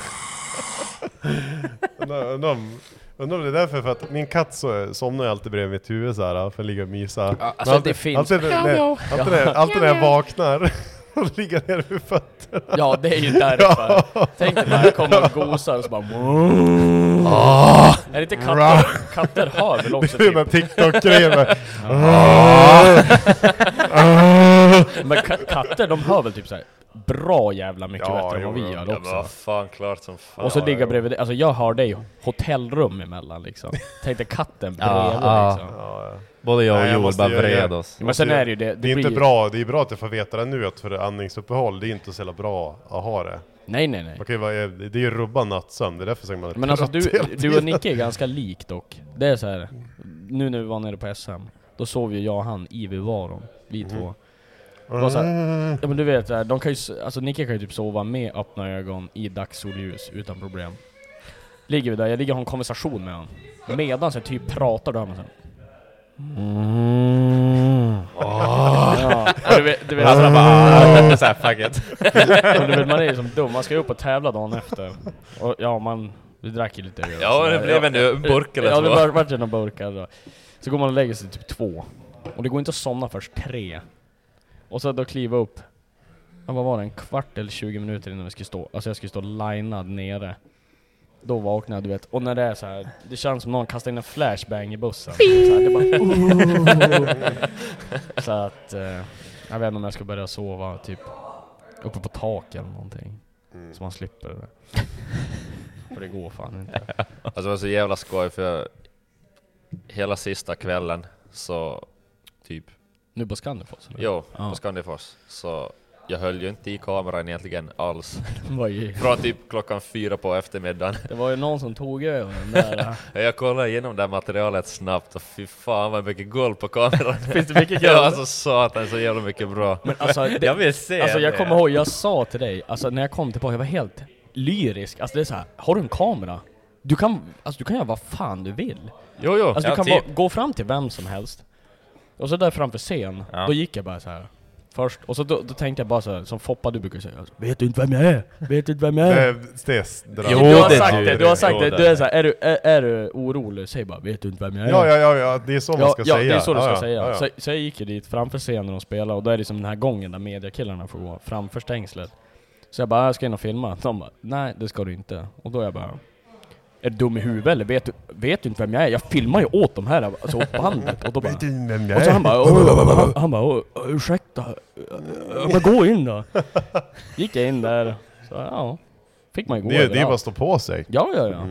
S5: undrar, undrar, om, undrar om det är därför, för att min katt så, somnar ju alltid bredvid mitt huvud såhär, för att ligga och mysa.
S3: alltså,
S5: Men alltid,
S3: det finns-
S5: Alltid, när-
S3: Meow, meow.
S5: alltid, när- alltid när jag
S3: Meow, meow.
S5: vaknar och ligger ner vid fötterna.
S3: Ja, det är ju därför. Tänk dig bara, kommer och gosar och så bara...
S5: Ah.
S3: Är det inte katter? Katter har väl också typ
S5: Det är med TikTok-grejer med... Ah.
S3: Men ka- katter, de hör väl typ såhär bra jävla mycket bättre än vad vi gör
S2: Ja, men
S3: också.
S2: vad fan, klart som fan.
S3: Och så
S2: Ja,
S3: ligga
S2: jo.
S3: bredvid dig, alltså jag har dig hotellrum emellan liksom. Tänk dig katten bredvid liksom.
S1: Både jag och
S5: Nej,
S1: Joel
S5: måste
S1: bara
S5: göra det.
S1: vred oss.
S3: Men sen är det ju det- det
S5: är inte
S3: blir-
S5: bra, det är bra att jag får veta det nu att för andningsuppehåll, det är inte så jävla bra att ha det.
S3: Nej, nej, nej.
S5: Man kan ju vara, det är ju rubbad nattsömn, det är därför som man är
S3: Men alltså
S5: trött
S3: du,
S5: hela
S3: du och
S5: tiden. Mm.
S3: Nicke är ganska lik dock. Det är så här. nu när vi var nere på SM, då sov ju jag och han i Vivaron, vi
S5: Mm.
S3: två. Det var så
S5: Ah.
S3: här, ja men du vet, så här, de kan ju, s- alltså Nicke kan ju typ sova med öppna ögon i dagssolljus utan problem. Ligger vi där, jag ligger och har en konversation med honom. Medan jag typ pratar, då hör man såhär...
S5: Mm. Ah.
S3: Ja, och du vet, du vet
S1: Alltså, jag bara, så här, fuck it.
S3: och du vet, man är ju som dum, man ska ju upp och tävla dagen efter. Och ja, man... Vi drack ju lite öl.
S2: Ja, det blev en ö- burk eller
S3: Ja, det
S2: två.
S3: var- vart ju några burkar då. Så går man och lägger sig typ två. Och det går inte att somna först tre. Och så då kliva upp. Ja, vad var det? En kvart eller 20 minuter innan vi skulle stå. Alltså jag skulle stå linad nere. Då vaknade jag, du vet. Och när det är så här, det känns som någon kastar in en flashbang i bussen. Så här, det bara, "Ooh." så att, eh, jag vet inte om jag ska börja sova typ uppe på tak eller någonting. Så man slipper det där. För det går fan inte.
S2: Alltså det var så jävla skoj för jag, hela sista kvällen så typ...
S3: Nu på Skandifors? eller?
S2: Jo,
S3: Ja.
S2: på Skandifors. Så jag höll ju inte i kameran egentligen alls.
S3: Vad i-
S2: Från typ klockan fyra på eftermiddagen.
S3: Det var ju någon som tog över den där.
S2: jag kollade igenom det här materialet snabbt och fy fan vad mycket golv på kameran.
S3: Finns det mycket golv?
S2: Ja alltså satan så jävla mycket bra.
S3: Men alltså, det,
S1: Jag vill se
S3: Alltså jag
S1: det.
S3: kommer ihåg, jag sa till dig, alltså när jag kom tillbaka, jag var helt lyrisk. Alltså det är så här, har du en kamera? Du kan, alltså du kan göra vad fan du vill.
S2: Jo, jo.
S3: Alltså
S2: Ja,
S3: du kan
S2: typ.
S3: bara gå fram till vem som helst. Och så där framför scen,
S2: Ja.
S3: då gick jag bara så här. Först, och så då, då tänkte jag bara så här, som Foppa du brukar säga, alltså, vet du inte vem jag är? Vet du inte vem jag är?
S5: Det är stes- det där.
S3: Jo, du har
S5: Jo,
S3: sagt
S5: det är
S3: det,
S5: det.
S3: du har sagt
S5: Jo,
S3: det.
S5: det
S3: Du
S5: är
S3: är
S5: det.
S3: såhär, är du, är, är du orolig? Säg bara, vet du inte vem jag är?
S5: Ja, ja, ja, ja, det är så man ska
S3: ja,
S5: säga.
S3: det är så du
S5: Ja,
S3: ska
S5: ja,
S3: säga.
S5: ja, ja.
S3: Så, så jag gick ju dit framför scenen och spelade, och då är det som den här gången där mediakillarna får gå framför stängslet. Så jag bara, jag ska in och filma. De bara, nej det ska du inte. Och då är jag bara, är du dum i huvudet eller vet du, vet du inte vem jag är? Jag filmar ju åt de här, alltså åt bandet. Och då bara,
S5: Vet du inte vem jag
S3: Och så
S5: är?
S3: han bara, "Åh." han bara, "Åh, ursäkta. Jag bara, gå in då. Gick jag in där, så ja. Fick man ju gå
S5: Det är- det är
S3: överallt.
S5: bara Mm. att stå på sig.
S3: Ja, ja, ja.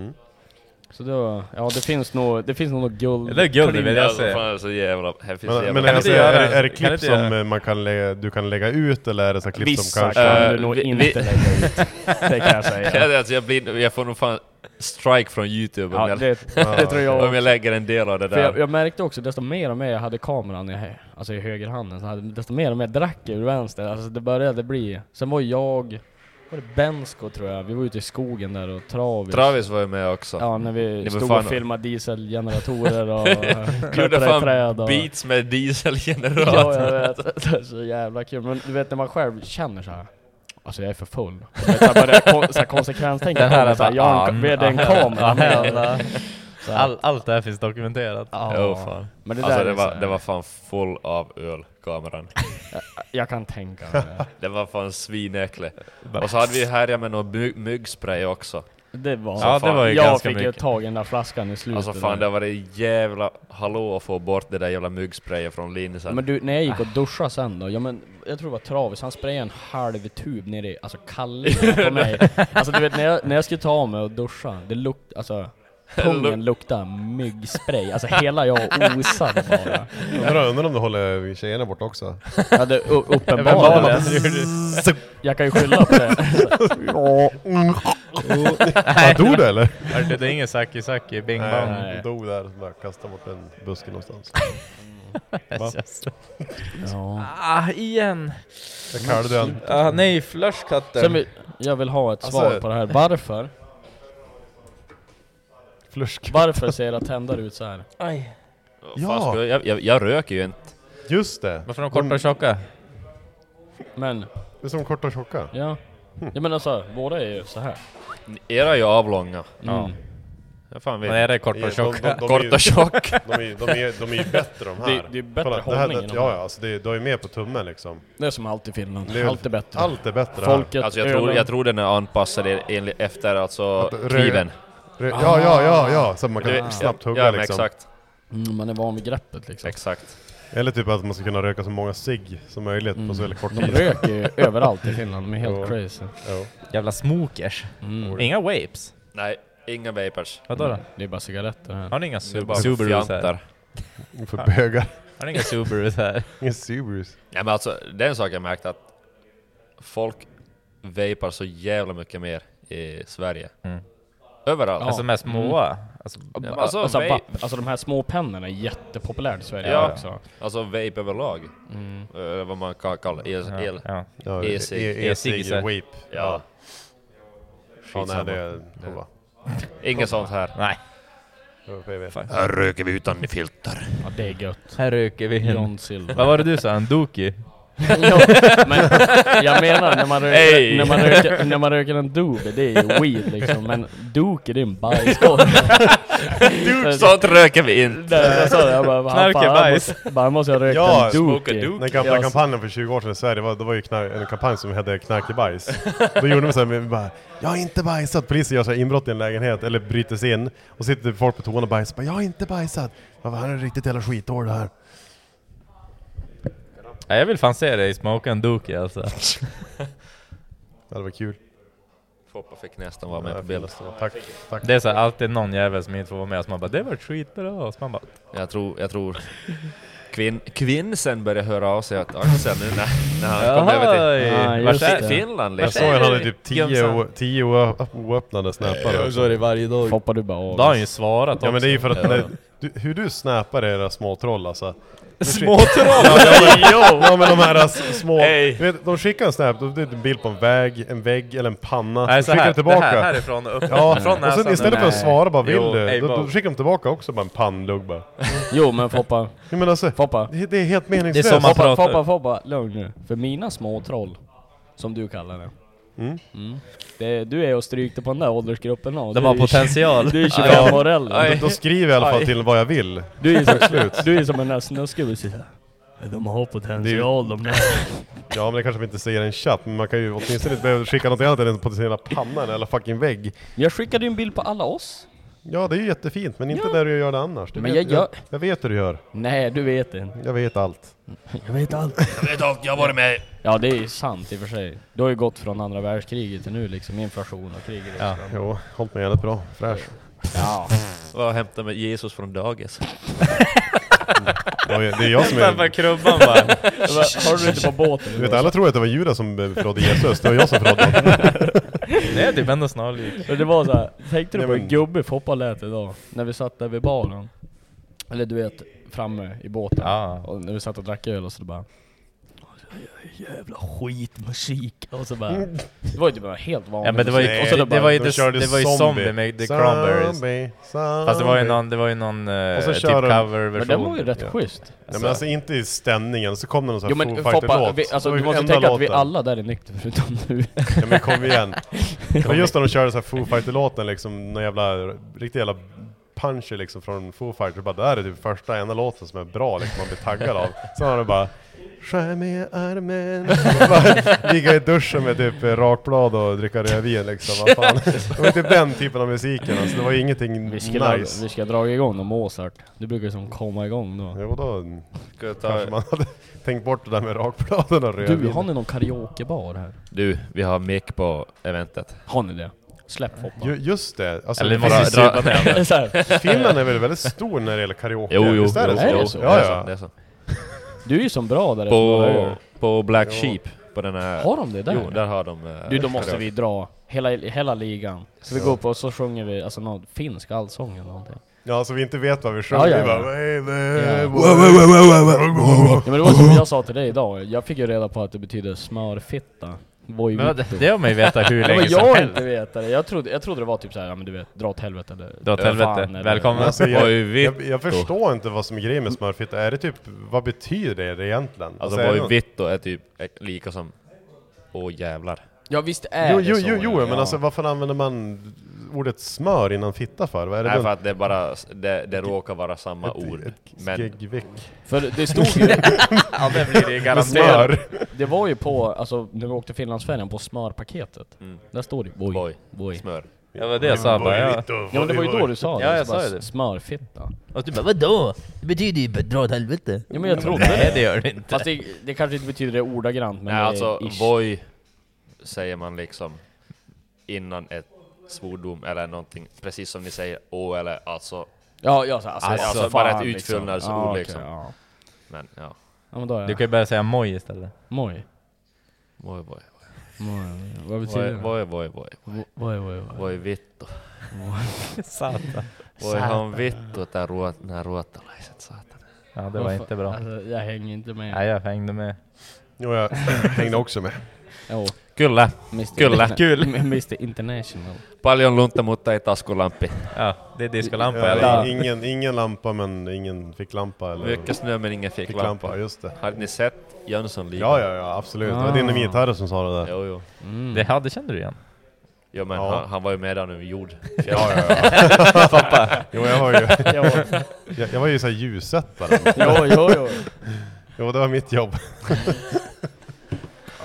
S3: Så då, ja det finns nog, det finns nog något guld...
S1: Det där guldet vill jag
S2: Alltså,
S1: se.
S2: fan, så jävla... Här finns jävla...
S5: Men, men
S1: Kan
S5: alltså,
S1: inte göra
S5: är,
S1: det.
S5: är det
S1: Kan
S5: klipp
S1: inte
S5: som
S1: göra det.
S5: eh, man kan lägga, du kan lägga ut eller är det så här klipp
S3: Vissa
S5: som kanske...
S3: kan
S2: Eh,
S3: du nog
S2: vi-
S3: inte
S2: vi-
S3: lägga ut. Det kan jag säga.
S2: alltså, jag, blir, jag får nog fan strike från youtube om,
S3: Ja,
S2: jag,
S3: det- det tror jag
S2: om
S3: också.
S2: jag lägger en del av det
S3: För
S2: där.
S3: jag, jag märkte också, desto mer och mer jag hade kameran i, hö- alltså i högerhanden, så hade, desto mer och mer drack jag ur vänster. Alltså det började bli... Sen var jag, var det Bensko tror jag, vi var ute i skogen där och Travis.
S2: Travis var ju med också.
S3: Ja, när vi
S2: Ni var
S3: stod
S2: fan-
S3: och filmade dieselgeneratorer och
S2: Gjorde
S3: klättrade i
S2: fan
S3: träd och...
S2: beats med dieselgenerator.
S3: Ja, jag vet. Det är så jävla kul. Men du vet när man själv känner så här. Alltså jag är för full. Du vet, Så här, bara kon- så här konsekvenstänk.
S1: Den här är
S3: så här,
S1: bara,
S3: jag har
S1: ah,
S3: en, med en
S1: mm,
S3: kamera
S1: ah,
S3: med.
S1: ah.
S3: Så här.
S1: All, allt det här finns dokumenterat.
S3: Ja.
S2: Jo, fan.
S3: Men det
S2: alltså,
S3: där
S2: det,
S3: är så
S2: var,
S3: här-
S2: det var fan full av öl, kameran.
S3: Jag kan tänka mig det.
S2: det var fan svinäcklig. Och så hade vi härjat med någon my- myggspray också.
S3: Det var...
S2: Så fan-
S3: jag fick ju tag i den där flaskan i slutet.
S2: Alltså fan,
S3: där.
S2: det var det jävla hallå att få bort det där jävla myggsprayen från linsen.
S3: Men du, när jag gick och duschade sen då, ja men jag tror det var Travis, han sprayade en halv tub ner i, alltså kallingen på mig. Alltså du vet när jag, när jag skulle ta av mig och duscha, det luktade, alltså
S2: Luk-
S3: pungen luktade myggspray. Alltså hela jag osade bara.
S5: Undrar, undrar om du håller tjejerna borta också?
S3: Ja, det, u-
S5: Uppenbarligen.
S3: uppenbarligen. Jag kan ju skylla på det. Ja.
S5: Han dog det eller?
S1: Det det är ingen Saki Saki, bing
S5: Nej,
S1: bang.
S5: han dog där och bara kastade bort en buske någonstans. Va?
S3: Ja.
S1: Ah, igen!
S5: Jag kallade den.
S1: Ah, nej, flashcutter.
S3: Sen vill, jag vill ha ett svar
S5: Alltså-
S3: på det här. Varför?
S5: Flushkatt.
S3: Varför ser era tänder ut så här?
S1: Aj.
S2: Fan,
S5: Ja,
S2: ska jag, jag, jag, jag röker ju inte.
S5: just det!
S1: Varför är de korta och tjocka?
S3: Men,
S5: Det är som korta och tjocka.
S3: ja. Jag menar så här, våra är ju så här. Mm.
S2: Era är ju avlånga.
S3: Ja.
S2: Jag fan vet.
S1: Men är det korta
S5: De-
S1: och
S5: de- de-
S1: tjocka?
S5: de är
S2: Kort
S5: ju-
S2: och tjock.
S5: De är ju de är, de är ju bättre de här.
S3: Det- det är bättre
S5: det här,
S3: hållning än
S5: det,
S3: de
S5: ja,
S3: här.
S5: ja, alltså det, de är med på tummen liksom.
S3: Det är som alltid i Finland.
S5: Det är-
S3: Allt är bättre.
S5: Allt är bättre
S3: Folket,
S2: Alltså jag tror,
S3: ölen.
S2: jag tror den är anpassad en- enligt- efter alltså
S5: Att rö-
S2: kniven.
S5: här. Ja, ja, ja, ja, så man kan
S2: Du-
S5: snabbt
S2: ja,
S5: hugga
S2: ja, men
S5: liksom.
S2: exakt.
S3: Mm, man är van vid greppet liksom.
S2: Exakt.
S5: Eller typ att man ska kunna röka så många cigg som möjligt på så väldigt kort
S3: Mm. De
S5: tid.
S3: röker ju överallt i Finland, de är helt
S5: Ja.
S3: crazy.
S5: Ja.
S1: Jävla smokers.
S3: Mm.
S1: Inga vapes?
S2: Nej, inga vapers.
S1: Vadå då?
S3: Det är bara cigaretter här.
S1: Har ni inga
S2: Det är
S1: Sub-
S2: bara
S1: Subarus här?
S2: fjantar.
S5: För bögar.
S1: Har ni inga Subarus här?
S5: Ingen Subarus.
S2: Nej men alltså, det är en sak jag märkt att folk vapar så jävla mycket mer i Sverige.
S1: Mm.
S2: Överallt.
S1: Alltså
S2: Alltså,
S1: de här småa? Alltså,
S2: Ja, men
S3: Alltså,
S2: alltså,
S3: alltså,
S2: vape-
S3: vapp- alltså de här små pennorna är jättepopulärt i Sverige
S2: Ja.
S3: också.
S2: alltså vape överlag. Eller vad man kan kalla det. El, el.
S1: ja.
S5: Ja,
S2: E-cigg.
S5: e- E-cigg,
S1: E-cigg, så här.
S5: Wape.
S2: Ja.
S5: Ja, nej, det är...
S2: Inget sånt här.
S1: Nej.
S2: Här röker vi utan filter.
S3: Ja, det är gött.
S1: Här röker vi.
S3: John Silver.
S1: Vad var det du sa? En Doki?
S3: Jo, men jag menar när man röker,
S1: Hey.
S3: när man röker, när man röker en doobie, det är ju weed liksom. Men doke, det är en bajskorv.
S2: Sånt röker vi inte.
S3: Där, jag sa det, jag bara, fan,
S1: Knark är
S3: fan, han
S1: bajs.
S3: måste, bara, han måste ha rökt
S5: Ja,
S3: en
S5: smoke
S3: doke.
S5: Den gamla kampanjen för 20 år sedan i Sverige, det var, det var ju knar- en kampanj som hette Knark i bajs. Då gjorde de så här, med- bara, jag har inte bajsat. Polisen gör så här inbrott i en lägenhet, eller bryter sig in, och sitter typ folk på toan och bajsar. Bara, Jag har inte bajsat. Bara, Han är riktigt jävla skitår det här.
S1: Nej, jag vill fan se dig smoka en Doki alltså.
S5: Ja, det var kul.
S2: Foppa fick nästan vara med på bilden.
S5: Tack, tack.
S1: Det är så här, alltid någon jävel som inte får vara med, och så man bara ”det var skitbra” och så man bara
S2: Jag tror, jag tror kvin, Kvinnsen började höra av sig att Axel nu när, när han kom
S1: Jaha,
S2: över till
S1: ja,
S2: Vart
S1: just
S2: är
S1: det.
S2: Finland
S5: Jag
S2: liksom.
S5: såg han hade typ 10 o- 10 o- oöppnade snappar.
S2: Ja, så är det varje dag.
S3: Foppa du bara av.
S1: Då har han ju svarat
S5: Ja men det är ju
S1: också.
S5: för att
S1: Ja.
S5: när, du, hur du snappar era småtroll alltså. Du skick-
S1: Småtroll?
S5: ja,
S1: Jo!
S5: men, ja men de här s- små...
S1: Hej.
S5: Du vet, de skickar en snap, då är det en bild på en väg, en vägg eller en panna.
S1: Nej,
S5: de
S1: så
S5: skickar
S1: här.
S5: de tillbaka.
S1: Det här härifrån och upp.
S5: Ja,
S1: Från
S5: och
S1: näsan.
S5: sen istället för att
S1: Nej.
S5: svara bara vill
S1: Jo,
S5: du,
S1: hej,
S5: då, då
S1: Bob.
S5: skickar de tillbaka också bara en pannlugg bara.
S3: Jo men Foppa.
S5: Jo men alltså,
S3: Foppa.
S5: det, det är helt
S3: Det är
S5: meningslöst.
S3: som man Foppa, Foppa, Foppa, lugn nu. För mina små troll, som du kallar det.
S5: Mm.
S3: Det, du är och strykte på den där åldersgruppen och
S1: De
S3: du
S1: har
S3: är ju-
S1: potential.
S3: Du är 25
S1: Ja.
S3: år äldre.
S1: Aj.
S5: Då skriver jag i alla fall
S1: Aj.
S5: till vad jag vill.
S3: Du är ju som,
S5: Slut.
S3: du är som en där snuskgubbe som sitter här. De har potential de där.
S5: Ja men det kanske vi inte säger i en chatt, men man kan ju åtminstone inte behöva skicka något annat än en potentiella panna eller fucking vägg.
S3: Jag skickade ju en bild på alla oss.
S5: Ja det är ju jättefint, men inte där du gör det annars. Du
S3: Men
S5: vet,
S3: jag gör-
S5: jag, jag vet hur du gör.
S3: Nej, du vet inte.
S5: Jag vet allt.
S3: Jag vet allt.
S2: Jag vet allt, jag har varit med.
S3: Ja, det är ju sant i och för sig. Du har ju gått från andra världskriget till nu liksom, inflation och krig i
S5: Ja.
S3: Ryssland.
S5: Jo, hållt mig jävligt bra. Fräsch.
S3: Ja.
S2: Var och hämta med Jesus från dagis.
S5: Ja, det är jag som
S1: Sen bara
S5: är...
S1: krubban bara.
S3: Har du inte på båten?
S5: Du vet, alla tror att det var Judas som eh, förrådde Jesus, det var jag som förrådde honom.
S1: Det är typ ändå snarlik.
S3: Men det var såhär, tänkte du
S5: Nej,
S3: på hur
S5: men-
S3: gubbe Foppa lät idag? När vi satt där vid baren. Eller du vet, framme i båten.
S1: Ja.
S3: Och när vi satt och drack öl och så bara... Jävla skitmusik! Och så bara... Det var ju typ bara helt vanligt.
S1: Ja, men det var ju-
S3: musik.
S1: och så det- det var ju-
S5: De körde
S1: det var ju Zombie med The Cranberries.
S5: Zombie,
S1: Fast det var ju
S5: zombie.
S1: någon, det var ju någon eh,
S5: Och så
S1: typ
S5: kör de-
S3: Men den var
S1: coverversion.
S3: ju rätt schysst.
S5: Nej men alltså inte i stämningen, så kom det någon sån
S3: Jo
S5: här
S3: men
S5: Foo
S3: Foppa,
S5: Fighter-låt.
S3: vi,
S5: Det
S3: alltså,
S5: var
S3: du
S5: ju
S3: måste
S5: enda
S3: tänka att vi
S5: låten.
S3: alla där är nyktra förutom du.
S5: Ja men kom igen. Det var just när de körde så här Foo Fighter-låten liksom, någon jävla, riktig jävla puncher liksom från Foo Fighter. Bara, det här är typ första enda låten som är bra liksom, man blir taggad av. Sen har det bara Skär med armen. Bara Ligga i duschen med typ eh, rakblad och dricka rödvin liksom. Vad fan. Det var inte den typen av musiken alltså, det var ju ingenting
S3: Vi ska, dra,
S5: nice.
S3: vi ska dra igång någon Mozart. Du brukar ju som komma igång då.
S5: Jo då
S2: Ska jag
S5: kanske
S2: ta,
S5: man hade tänkt bort det där med rakbladen och
S3: Du,
S5: rödvin.
S3: har ni någon karaokebar här?
S2: du, vi har mick på eventet.
S3: Har ni det? Släpp Foppa.
S5: Ju, just det. Alltså,
S1: Eller
S5: det
S1: bara
S5: finns ju-
S1: dra-
S3: Det är så här,
S5: Finland är väl väldigt stor när det gäller karaoke?
S2: Jo, jo,
S5: Visst är det
S2: jo,
S5: så?
S2: jo,
S3: det så?
S5: Ja,
S2: det är så,
S5: ja.
S2: det är så.
S3: du är ju som bra där.
S2: På, på Black
S5: Jo.
S2: Sheep, på den här...
S3: Har de det där?
S2: Jo, där har de... eh,
S3: Du, då måste
S2: karaoke.
S3: vi dra hela, hela ligan. Så vi går upp och så sjunger vi alltså någon finsk allsång eller någonting.
S5: Ja, så vi inte vet vad vi sjunger.
S3: Ja, ja,
S5: Vi
S3: ja.
S5: bara...
S3: Ja.
S5: Ja.
S3: Ja, men det var som jag sa till dig idag, jag fick ju reda på att det betyder smörfitta.
S1: Men
S3: Vojvitto.
S1: det- det har man ju vetat hur
S3: Ja, men
S1: länge
S3: jag
S1: som
S3: har
S1: helst.
S3: inte vetat det. Jag trodde, jag trodde det var typ såhär, ja men du vet, dra åt helvete eller...
S1: Dra åt
S3: Fan,
S1: helvete.
S3: eller-
S1: Välkommen.
S5: Alltså, jag,
S2: Oj,
S5: jag,
S2: Vitto.
S5: jag förstår inte vad som är grejen med smörfitta. Är det typ... Vad betyder det egentligen?
S2: Alltså
S5: är det
S2: vad
S5: någon-
S2: vitt då är typ lika som... Åh jävlar.
S3: Ja visst är
S5: Jo,
S3: det
S2: Liksom,
S5: jo,
S3: så.
S5: jo, jo,
S3: ja.
S5: men alltså varför använder man ordet smör innan fitta för? Vad är det
S2: Nej
S5: dumt?
S2: för att det bara, det, det råkar vara samma ord. Men
S5: Geggvick.
S3: För det stod ju,
S1: Ja det blir det ju
S5: Med
S1: garanterat.
S5: smör!
S3: det var ju på, alltså när vi åkte Finlandsfärjan, på smörpaketet.
S2: Mm.
S3: Där stod det Voj.
S2: boy,
S3: Voj.
S2: smör.
S1: Ja vad det jag sa bara. Ja.
S3: Ja men det var ju då du sa det.
S1: Ja,
S3: så
S1: jag sa
S3: bara,
S1: ju det.
S3: Smörfitta.
S1: Och du bara vadå? Det betyder ju bara dra åt helvete.
S3: Ja men jag trodde
S1: Nej
S3: det.
S1: det gör det inte.
S3: Fast det, det kanske inte betyder det ordagrant men
S2: Nej
S3: det är
S2: alltså
S3: ish.
S2: boy säger man liksom innan ett svordom eller någonting. Precis som ni säger åh eller alltså.
S3: Ja, ja så, alltså,
S2: Alltså,
S3: alltså,
S2: bara
S3: fan,
S2: ett
S3: liksom.
S2: utfyllnadsord,
S3: Ja, okej,
S2: liksom.
S3: ja.
S2: Men ja,
S3: ja men då är
S1: Du
S3: jag...
S1: kan ju börja säga moj istället.
S3: Moj.
S2: boy boy.
S3: Moj. Vad betyder
S2: Boy
S3: det?
S2: boy boy boy.
S3: Voi, voi, voi.
S2: Boy vittu.
S1: Satan.
S2: Voi han vittu tää ruot, nää ruottalaiset saatana.
S1: Ja det var inte bra.
S3: Alltså, jag hänger inte med.
S1: Nej jag hängde med.
S5: Jo, jag hängde också med.
S3: Jo,
S2: Kyllä,
S3: Mr.
S2: Kyllä.
S3: Interna-
S2: Kul.
S3: Mr International.
S2: paljon lunta mutta ei taskulampi.
S1: Ja det är diskolampa i alla fall.
S5: Ja, ingen, ingen lampa, men ingen fick lampa eller...
S2: Mycket snö men ingen
S5: fick lampa,
S2: ficklampa.
S5: just det.
S2: Har ni sett Jönssonligan?
S5: Ja, ja, ja, absolut. Det var din gitarr som sa det där.
S2: Jo, jo.
S3: Mm.
S1: Det hade kände du igen?
S2: Jo men
S5: Ja.
S2: Han, han var ju med där nu, jord.
S5: Ja, ja, ja. Jo, jag var ju, jag, jag var ju såhär ljussättare.
S3: jo, jo, jo.
S5: Jo, det var mitt jobb.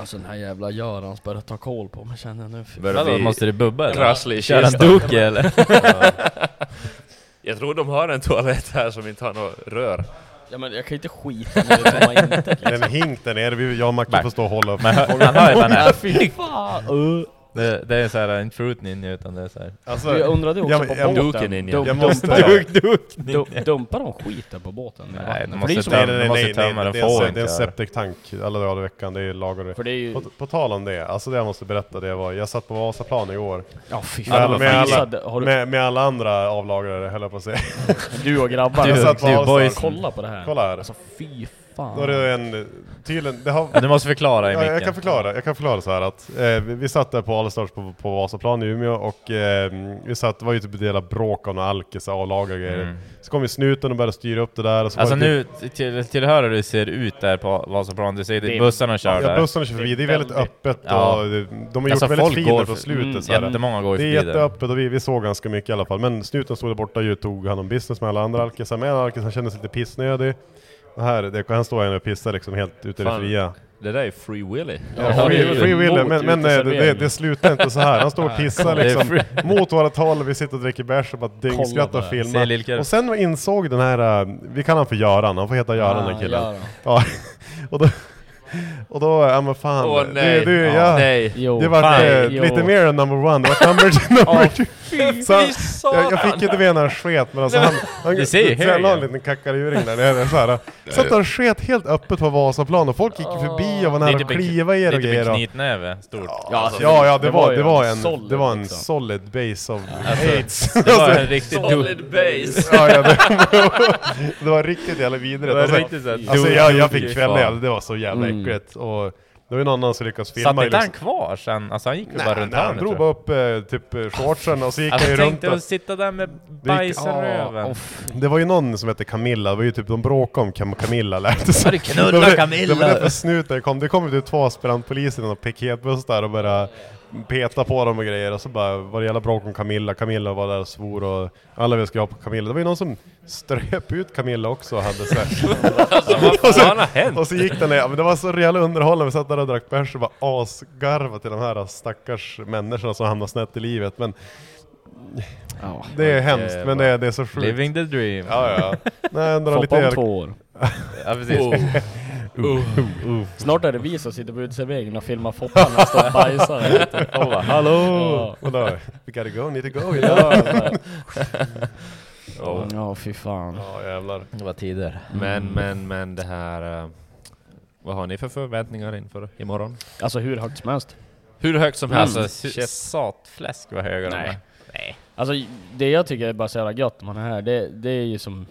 S3: Alltså den här jävla Görans börjar ta koll på mig känner jag nu. Fy-
S2: Börjar
S1: Vadå,
S2: bli
S1: måste du bubba eller?
S2: krasslig i
S1: Köra en
S2: kistan.
S1: doki eller?
S2: Jag tror de har en toalett här som inte har något rör.
S3: Ja men jag kan ju inte skita när det kommer in.
S5: Det är en hink där nere, vi, jag och Macke får stå och hålla upp.
S1: Man hör, man hör ju man är.
S3: Fy fan! Uh.
S1: Det, det är såhär, inte Fruit Ninja utan det är såhär...
S3: Alltså, jag undrade också på båten. Dum-
S1: jag
S3: dumpar
S1: måste...
S3: de-
S1: Duk
S3: dum- Dumpar de skiten på båten? i
S1: Nej,
S3: vattnet?
S1: de
S3: För det är
S1: måste
S3: som-
S1: tömma- de måste tömma den,
S5: det, är
S1: får
S5: en,
S1: inte
S5: det är en
S1: göra det.
S5: septiktank alla dagar i veckan, det är lagare. på, på tal om det, alltså det jag måste berätta det var, jag satt på Vasaplan igår.
S3: Ja, fy fan,
S5: med,
S3: vad
S5: med,
S3: fysad.
S5: alla,
S3: Har du-
S5: med, med alla andra avlagare höll jag på att säga.
S3: Du och grabbarna.
S5: Jag
S3: Du-
S5: satt på
S3: du,
S5: Vasaplan.
S3: boys. Kolla på det här.
S5: Kolla här.
S3: Alltså, fy fan.
S5: Då är det en, tydligen, det har,
S1: Ja, du måste förklara i
S5: ja, jag
S1: micken.
S5: kan förklara, jag kan förklara så här att eh, vi, vi satt där på Allstars på, på Vasaplan i Umeå och eh, vi satt, det var ju typ ett jävla bråk om några alkis, A-lag och grejer.
S1: Mm.
S5: Så kom ju snuten och började styra upp det där. Och så var
S1: Alltså
S5: det typ-
S1: nu, till, tillhör hur det ser ut där på Vasaplan, du ser
S5: Det
S1: det,
S5: är-
S1: bussarna kör
S5: ja,
S1: där.
S5: bussarna kör förbi. Det är väldigt öppet och det- de har
S1: Alltså,
S5: gjort väldigt
S1: folk
S5: fint
S1: går
S5: där på
S1: för-
S5: slutet.
S1: mm,
S5: så här.
S1: Jättemånga går ju
S5: det är
S1: förbi där.
S5: jätteöppet och vi, vi såg ganska mycket i alla fall. Men snuten stod där borta och tog hand om business med alla andra alkisar. Men en alkis han kände sig lite pissnödig. Och här, det, han står här och pissar liksom helt ute i det
S8: Fan,
S5: fria.
S8: Det där är Free Willy.
S5: Ja, free, free willy, men, men eh, det, det, det slutar inte så här. Han står och pissar
S8: Det är
S5: liksom
S8: free-
S5: mot vårat håll, vi sitter och dricker bärs och bara dyngskrattar
S1: Kolla
S5: och
S1: på det. Se
S5: filmar.
S1: lillkar.
S5: Och sen insåg den här, eh, vi kallar honom för Göran, han får heta Göran den
S1: Ah,
S5: killen.
S1: Göran.
S5: Ja, och då... Och då, ja men fan.
S8: Åh,
S5: det,
S8: nej.
S5: det,
S8: Ja,
S5: ja,
S8: nej.
S5: det
S8: Jo,
S5: var
S8: fan.
S5: eh,
S8: Jo.
S5: lite mer än number one, det var number, two- number two. Så,
S8: fy satan.
S5: jag, jag fick inte med när han sket, men alltså
S8: Nej,
S5: han...
S8: men-
S5: han
S8: Det ser ju
S5: så
S8: här
S5: jag la en
S8: ju.
S5: liten kackarjuring där nere. Så här. Satt och sket helt öppet på Vasaplan och folk gick ju förbi och var nära
S1: Lite
S5: att
S1: med-
S5: kliva i er och
S1: lite alltså. med
S5: grejer. och-
S1: knytnäve, stort.
S5: Ja, ja, ja det, var, det var en, det var
S1: liksom.
S5: en solid base of
S1: Alltså,
S5: aids.
S1: det var en
S5: Alltså,
S1: riktig Solid du- base.
S5: ja, ja, det, det var riktigt jävla vidrigt.
S1: Det var
S5: Alltså,
S1: riktigt så här
S5: alltså
S1: dum-
S5: jag, jag
S1: dum-
S5: fick kvällningar,
S1: fan.
S5: det var så jävla
S1: Mm.
S5: äckligt. Och det var ju någon annan som lyckades filma.
S1: Satt
S5: i
S1: inte han
S5: liksom-
S1: kvar sen? Alltså han gick ju
S5: Nej,
S1: bara runt
S5: nej, han
S1: hörnet,
S5: drog
S1: tror
S5: bara upp eh, typ eh, shortsen och så gick
S1: Alltså,
S5: han ju
S1: tänk
S5: runt.
S1: dig
S5: och-
S1: att sitta där med
S5: Det gick-
S1: bajs i
S5: Ja,
S1: röven.
S5: Det var ju någon som hette Camilla, det var ju typ de bråkade om Cam Camilla lät det
S1: Var det knulla
S5: var-
S1: Camilla?
S5: Det var därför snuten kom. Det kom ju typ två aspirantpoliser i någon piketbuss där och började peta på dem och grejer och så bara var det jävla bråk om Camilla. Camilla var där och svor och alla ville ska ha på Camilla. Det var ju någon som ströp ut Camilla också och hade så här.
S1: Alltså, vad fan
S5: Och så-
S1: har hänt?
S5: Och så gick den ner. Ja, Men det var så rejäl underhållande. Vi satt där och drack bärs och bara asgarvade till de här stackars människorna som hamnar snett i livet. Men det är hemskt, men det är, det är så sjukt.
S1: Living the dream.
S5: Ja, ja. Nej, ändå
S3: Foppa
S5: lite
S3: om
S5: er-
S3: två år.
S1: Ja, precis.
S3: Oh.
S1: Oh.
S3: Oh. Snart är det vi som sitter på uteserveringen och filmar Foppa när han står och bajsar.
S5: Och bara, "Hallå!"
S3: Ja.
S5: Och då, "We gotta go, need to go, you know."
S3: Ja, ja. ja fy fan.
S5: Ja jävlar.
S1: Det var tider.
S3: Mm.
S8: Men, men, men det här... eh, Vad har ni för förväntningar inför imorgon?
S3: Alltså hur högt som helst.
S8: Hur högt som
S3: Mm.
S8: helst?
S1: Alltså, su- satfläsk var högre än
S3: Nej.
S1: det.
S3: Nej. Alltså det jag tycker är bara så jävla gött när man är här, det, det är ju som...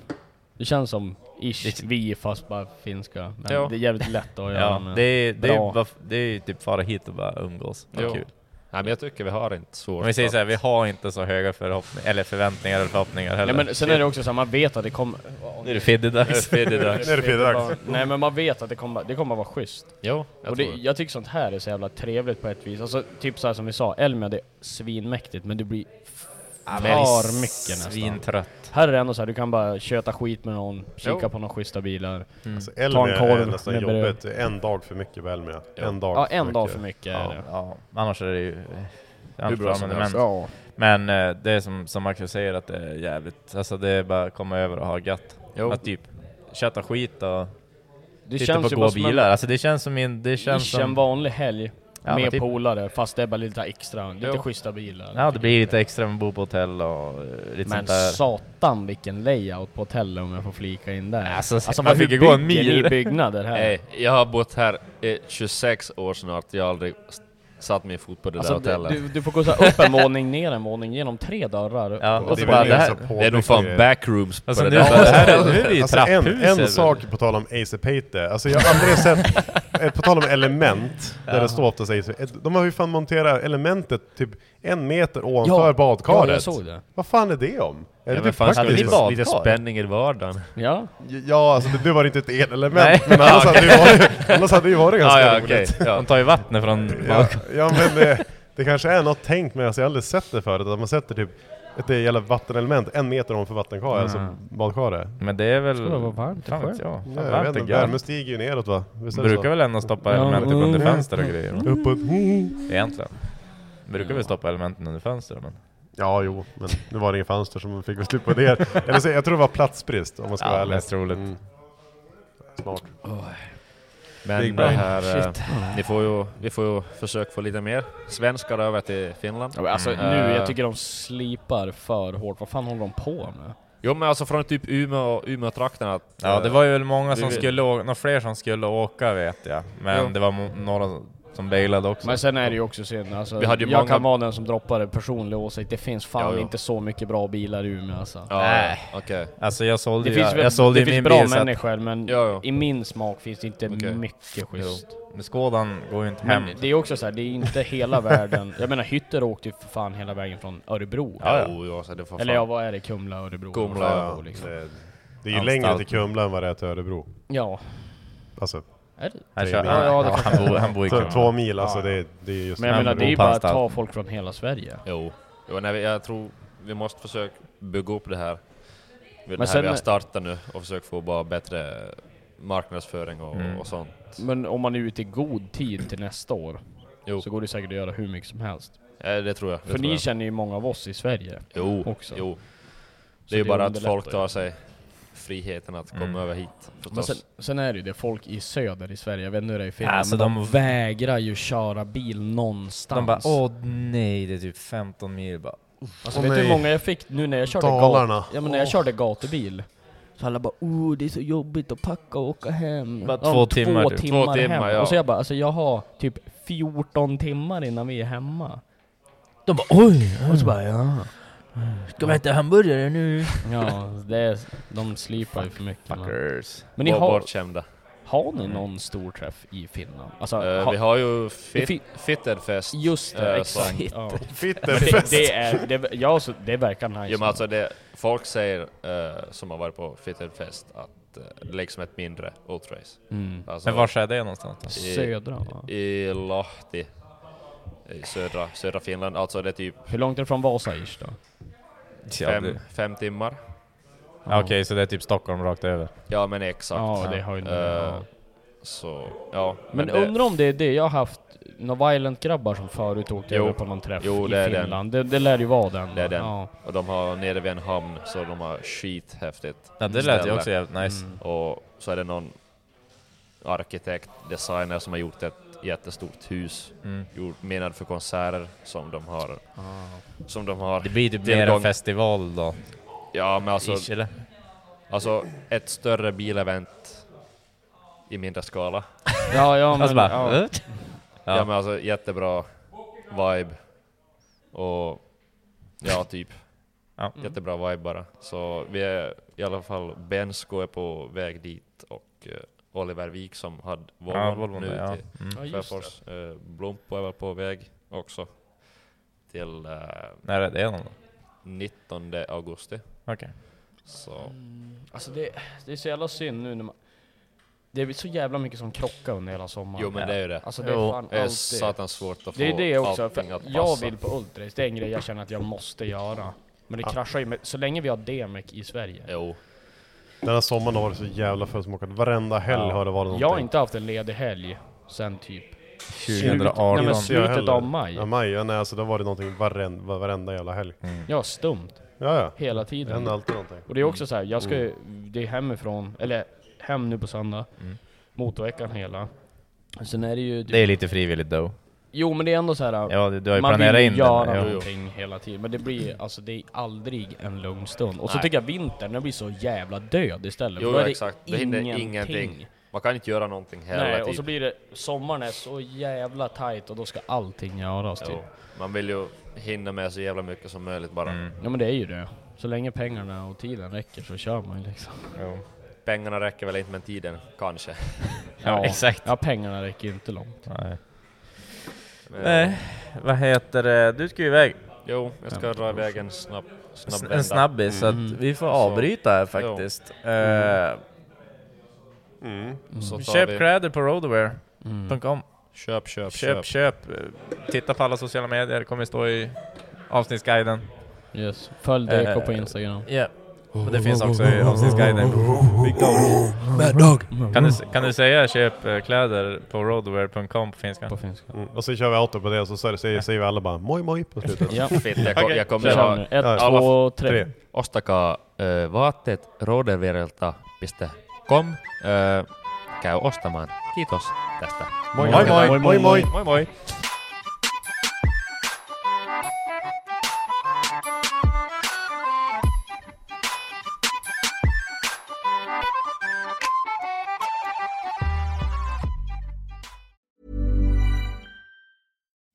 S3: Det känns som ish, vi fast bara finska. Men
S1: Ja.
S3: det är jävligt lätt att göra
S1: Ja,
S3: med.
S1: det är, det, är, ju
S3: Bra.
S1: bara- det är ju typ fara hit och bara umgås. Det är
S8: Jo.
S1: kul.
S8: Nej men jag tycker vi har inte svårt.
S1: Om vi säger såhär, vi har inte så höga förhoppningar, eller förväntningar eller förhoppningar heller.
S3: Nej men sen är det också så här, man vet att det kommer...
S1: Nu är det fiddedags. Nu är det fiddedags. Nu är det fiddedags.
S3: Nej men man vet att det kommer, det kommer vara schysst.
S8: Jo, jag
S3: Och det,
S8: tror det.
S3: jag tycker sånt här är så jävla trevligt på ett vis. Alltså typ så här som vi sa, Elmia det är svinmäktigt men det blir
S1: Ja, men
S3: för
S1: s-
S3: mycket nästan.
S1: svintrött.
S3: Här är det ändå så här, du kan bara köta skit med någon, kika
S5: Jo.
S3: på några schyssta bilar,
S8: Mm.
S5: Alltså,
S3: ta
S5: Elmia
S3: en
S5: är
S3: korv
S5: nästan
S3: med bröd.
S5: jobbigt. En dag för mycket på Elmia. En dag
S3: Ja, en dag för mycket är det.
S1: Ja, annars är det ju... eh,
S3: Hur bra som helst. Ja.
S1: Men eh, det är som, som Marcus säger att det är jävligt, alltså det är bara att komma över och ha gött.
S8: Jo.
S1: Att typ köta skit och
S3: Det
S1: titta
S3: känns
S1: på
S3: ju
S1: goa
S3: bara som en-
S1: bilar. Alltså det känns som en... Det känns
S3: Ish, en
S1: som...
S3: vanlig helg
S1: Ja, men
S3: med
S1: typ.
S3: polare fast det är bara lite extra, lite
S1: Jo.
S3: schyssta bilar.
S1: Ja, det blir lite extra med att bo på hotell och eh, lite
S3: Men
S1: sånt där.
S3: satan vilken layout på hotellet om jag får flika in där.
S1: Alltså,
S3: vad
S1: man fick ju
S3: bygger
S1: gå en mil.
S3: ni byggnader här?
S2: Eh,
S8: Nej, jag har bott här i 26 år snart. Jag har aldrig s- satt min fot på det
S3: Alltså,
S8: där hotellet.
S3: du, du får gå så här upp en våning, ner en våning, genom tre dörrar.
S8: Ja,
S3: så
S8: och det
S3: bara,
S8: var Alltså, det här- det är nog fan backrooms
S1: alltså,
S8: på det
S3: Alltså, nu-
S8: där.
S5: alltså, en, en sak på tal om Ace Pate, alltså jag har aldrig sett, eh, på tal om element, där
S8: Ja.
S5: det står oftast Ace eh, de har ju fan monterat elementet typ en meter ovanför
S8: Ja,
S5: badkaret.
S8: ja, jag såg det.
S5: Vad fan är det om? Är
S8: Ja,
S5: det
S8: men
S5: typ
S8: fan, ska det
S5: praktiskt?
S8: bli lite spänning i vardagen?
S3: Ja.
S5: Ja, alltså det- nu var det inte ett
S8: Nej.
S5: elelement, men annars hade det ju varit- annars hade det ju varit ganska roligt.
S1: De tar ju vattnet från
S5: Ja, ja men det, det kanske är något tänkt men alltså, jag har aldrig sett det förut, att man sätter typ ett jävla vattenelement en meter ovanför vattenkaret,
S1: Mm.
S5: alltså badkaret.
S1: Men det är väl...
S3: Ska det vara varmt i
S1: Fan vet
S3: sjön?
S1: jag.
S5: Ja,
S1: Fan,
S5: jag
S1: varmt
S5: vet
S1: och
S5: inte,
S1: gött.
S5: värmen stiger ju neråt va? Visst är det
S1: Brukar
S5: så?
S1: väl ändå stoppa
S5: Ja.
S1: elementen under
S5: Mm.
S1: fönster och grejer? va?
S5: Uppåt. Mm.
S1: Egentligen. Brukar vi stoppa elementen under fönster men...
S5: Ja, jo, men nu var det inget fönster som fick oss slut på det. Eller så, jag tror det var platsbrist om man ska
S1: Ja,
S5: vara ärlig.
S1: mest troligt.
S5: Mm. Smart.
S2: Men
S9: Big
S2: det
S3: Ah,
S9: brain.
S2: här, eh,
S9: Shit.
S2: ni får ju, vi får ju försöka få lite mer svenskar över till Finland.
S3: Ja, men alltså,
S2: Mm.
S3: nu,
S2: Eh,
S3: jag tycker de slipar för hårt. Vad fan håller de på med?
S2: Jo men alltså från typ Umeå, Umeå-trakten att...
S1: Ja,
S2: eh,
S1: det var ju många
S2: vi
S1: som
S2: vill-
S1: skulle åka, några fler som skulle åka vet jag. Men
S3: Jo.
S1: det var mo- några som bailade också.
S3: Men sen är det ju också synd. Alltså,
S1: Vi hade ju
S3: jag
S1: många-
S3: kan vara den som droppar en personlig åsikt. Det finns fan
S1: Ja, jo.
S3: inte så mycket bra bilar i Umeå alltså.
S1: Nej. Alltså jag sålde
S3: Det
S1: ju,
S3: finns, väl-
S1: jag sålde
S3: det
S1: ju min
S3: finns bra
S1: bil, så att-
S3: människor men i min smak finns det inte mycket schysst.
S1: Men Skådan går ju inte
S3: Men
S1: hem.
S3: det är också så här, det är inte hela världen. Jag menar Hytter åkte ju för fan hela vägen från Örebro.
S1: Ja, ja. Jo, jo, alltså, det får fan-
S3: Eller ja, vad är det? Kumla, Örebro? Örebro, liksom.
S5: det, det är ju längre till Kumla än vad det är till Örebro.
S3: Ja.
S5: Alltså...
S3: Är det?
S5: tre
S3: Han kör-
S5: mil.
S3: ja, ja, det förstår jag.
S5: Två- Två mil, alltså det, är- det är just...
S3: Men jag menar, det är ju bara att ta folk från hela Sverige.
S2: Jo. jo nej, vi- jag tror vi måste försöka bygga upp det här. Det här
S3: sen-
S2: vi har startat nu och försöka få bara bättre marknadsföring och,
S3: Mm.
S2: och sånt.
S3: Men om man är ute i god tid till nästa år så går det säkert att göra hur mycket som helst.
S2: Ja, Eh, det tror jag. Det
S3: För
S2: tror
S3: ni
S2: jag.
S3: känner ju många av oss i Sverige
S2: Jo,
S3: också.
S2: jo.
S3: Så
S2: Det är ju bara att
S3: underlättar
S2: folk
S3: ju.
S2: tar sig friheten att komma
S3: Mm.
S2: över hit.
S3: Men
S2: förstås.
S3: sen, sen är det ju det, folk i söder i Sverige, jag vet inte hur det är i Finland,
S1: Alltså,
S3: men de,
S1: de-
S3: vägrar ju köra bil någonstans.
S1: De bara åh nej, det är typ 15 mil bara.
S3: Alltså vet du hur många jag fick nu när jag körde,
S1: Dalarna.
S3: gat- ja, men när jag körde gatubil? Så alla bara oh det är så jobbigt att packa och åka hem.
S1: Bara
S3: Ja,
S1: två timmar
S3: två
S1: typ.
S3: timmar,
S1: Två timmar,
S3: hem.
S1: ja.
S3: Och så jag bara alltså jag har typ 14 timmar innan vi är hemma.
S9: De bara oj!
S3: Och så bara ja.
S9: Ska vi äta hamburgare nu?
S3: Ja, det är, de slipar ju för mycket. Fuckers. Men ni
S2: Bort-
S3: har,
S2: bortskämda.
S3: har ni någon stor träff i Finland? Alltså,
S2: Eh,
S3: ha-
S2: vi har ju
S3: Det
S2: fit,
S3: fi-
S2: Fitterfest.
S3: Just det,
S2: eh,
S3: exakt.
S2: som-
S3: Ja. Fitterfest. Det- det är- det- ja, så det verkar nice.
S2: Jo, men alltså det, folk säger, eh, som har varit på Fitterfest, att eh, det är liksom ett mindre outrace.
S3: Mm.
S1: Men var är det någonstans då?
S2: I,
S3: Södra, va?
S2: I Lahti. I södra, södra Finland. Alltså det är typ
S3: Hur långt är det från Vasa ish då?
S2: fem, fem timmar.
S1: Okej, så det är typ Stockholm rakt över.
S2: Ja men exakt.
S3: Ja, det har ju-
S2: Eh,
S3: ja.
S2: Så, ja.
S3: Men,
S2: det-
S3: undrar om det är det jag har haft några Violent-grabbar som förut åkte
S2: Jo.
S3: över på någon träff
S2: Jo,
S3: i
S2: det är den.
S3: Finland. Det, det lär ju vara den.
S2: Det är den.
S3: Ja.
S2: Och de har nere vid en hamn, så de har skithäftigt.
S1: Ja, det lät ju också jävligt nice.
S2: Mm. Och så är det någon arkitekt, designer som har gjort ett jättestort hus,
S1: Mm. Ah.
S2: gjort, menad för konserter som de har. Som de har
S1: Det blir typ mer
S2: tillgång-
S1: en festival då.
S2: Ja, men alltså...
S1: Ish, eller?
S2: Alltså, ett större bilevent i mindre skala.
S3: Ja, ja, men-
S2: alltså
S3: ja.
S2: ja.
S3: Ja.
S2: ja, men alltså jättebra vibe. Och ja, typ.
S1: Mm.
S2: Jättebra vibe bara. Så vi är i alla fall, Bensko är på väg dit och eh, Oliver Wik som hade Volvon
S1: Volvon
S2: nu
S1: där, ja.
S2: till
S1: Mm. Ja, just
S2: Sjöfors. Eh, Blompo är väl på väg också. Till... eh,
S1: När är det någon då?
S2: 19 augusti.
S1: Okej.
S2: Så...
S3: Alltså det, det är så jävla synd nu när man... Det är så jävla mycket som krockar under hela sommaren.
S2: Jo, men det är ju det.
S3: Alltså det är
S2: Jo.
S3: fan
S2: Det är
S3: alltid.
S2: satans svårt att
S3: Det är
S2: få
S3: det också.
S2: allting
S3: För
S2: att
S3: jag
S2: passa.
S3: vill på Ultrace, det är en grej jag känner att jag måste göra. Men det
S5: Ja.
S3: kraschar ju med, så länge vi har DMEC i Sverige.
S2: Jo.
S5: Den här sommaren har varit så jävla fullsmockad. Varenda helg har det varit någonting.
S3: Jag har inte haft en ledig helg sen typ... Nej, men
S5: Inte jag
S3: slutet
S5: heller.
S3: av maj.
S5: Ja, maj. Ja, nej, alltså det har varit någonting varenda, varenda jävla helg.
S3: Ja, stumt.
S5: Ja, ja.
S3: Hela
S5: Det
S3: tiden.
S5: händer alltid någonting.
S3: Och det är också så här, jag ska ju, det är hemifrån, eller hem nu på söndag. Motorveckan hela. Sen är det ju...
S1: Det är lite frivilligt då.
S3: Jo men det är ändå så här.
S1: Ja, du- du har ju
S3: man
S1: planerat
S3: vill
S1: in den
S3: göra
S1: där, jo.
S3: någonting hela tiden. Men det blir, alltså det är aldrig en lugn stund. Och så
S2: Nej.
S3: tycker jag vintern, den blir så jävla död istället.
S2: Jo,
S3: för då är det
S2: exakt. Det hinner ingenting. Man kan inte göra någonting hela
S3: Nej,
S2: tiden.
S3: och så blir det, sommaren är så jävla tight och då ska allting göras typ.
S2: Jo. Man vill ju hinna med så jävla mycket som möjligt bara.
S3: Ja men det är ju det. Så länge pengarna och tiden räcker så kör man ju liksom.
S2: Pengarna räcker väl inte men tiden, kanske. Eh,
S3: Ja pengarna räcker ju inte långt.
S1: Nej. Nej, vad heter det? Du ska ju iväg.
S2: Jo, jag ska dra iväg en snabb, snabb
S1: En
S2: vända.
S1: snabbis, så
S2: Mm.
S1: att vi får
S2: Så-
S1: avbryta här
S2: Jo.
S1: faktiskt.
S2: Mm.
S1: Eh,
S2: Så
S3: Mm.
S2: tar
S1: Köp
S2: vi-
S1: kläder på roadwear.com.
S2: Köp, köp,
S1: köp,
S2: köp.
S1: köp. Eh, Titta på alla sociala medier, kommer stå i avsnittsguiden.
S3: Yes. Följ DK på Instagram.
S1: Ja. Och det finns också i avsnittsguiden. Big dog.
S5: Mm.
S3: Mad dog.
S1: Kan du, kan du säga köp eh, kläder på roadwear.com på finska? På
S3: finska.
S5: Mm. Och så kör vi auto på det och så säger, säger, säger vi alla bara moj moj på slutet.
S3: Ja.
S2: Fitt, jag, kom, jag kommer
S5: Kör
S2: ihåg-
S5: nu. Ett, två, tre. Tre.
S2: Ostakaa äh, vaatteet rodervirelta.com. Äh, käy ostamaan. Kiitos tästä.
S5: Moi moi moi moi moi. moi,
S10: moi, moi.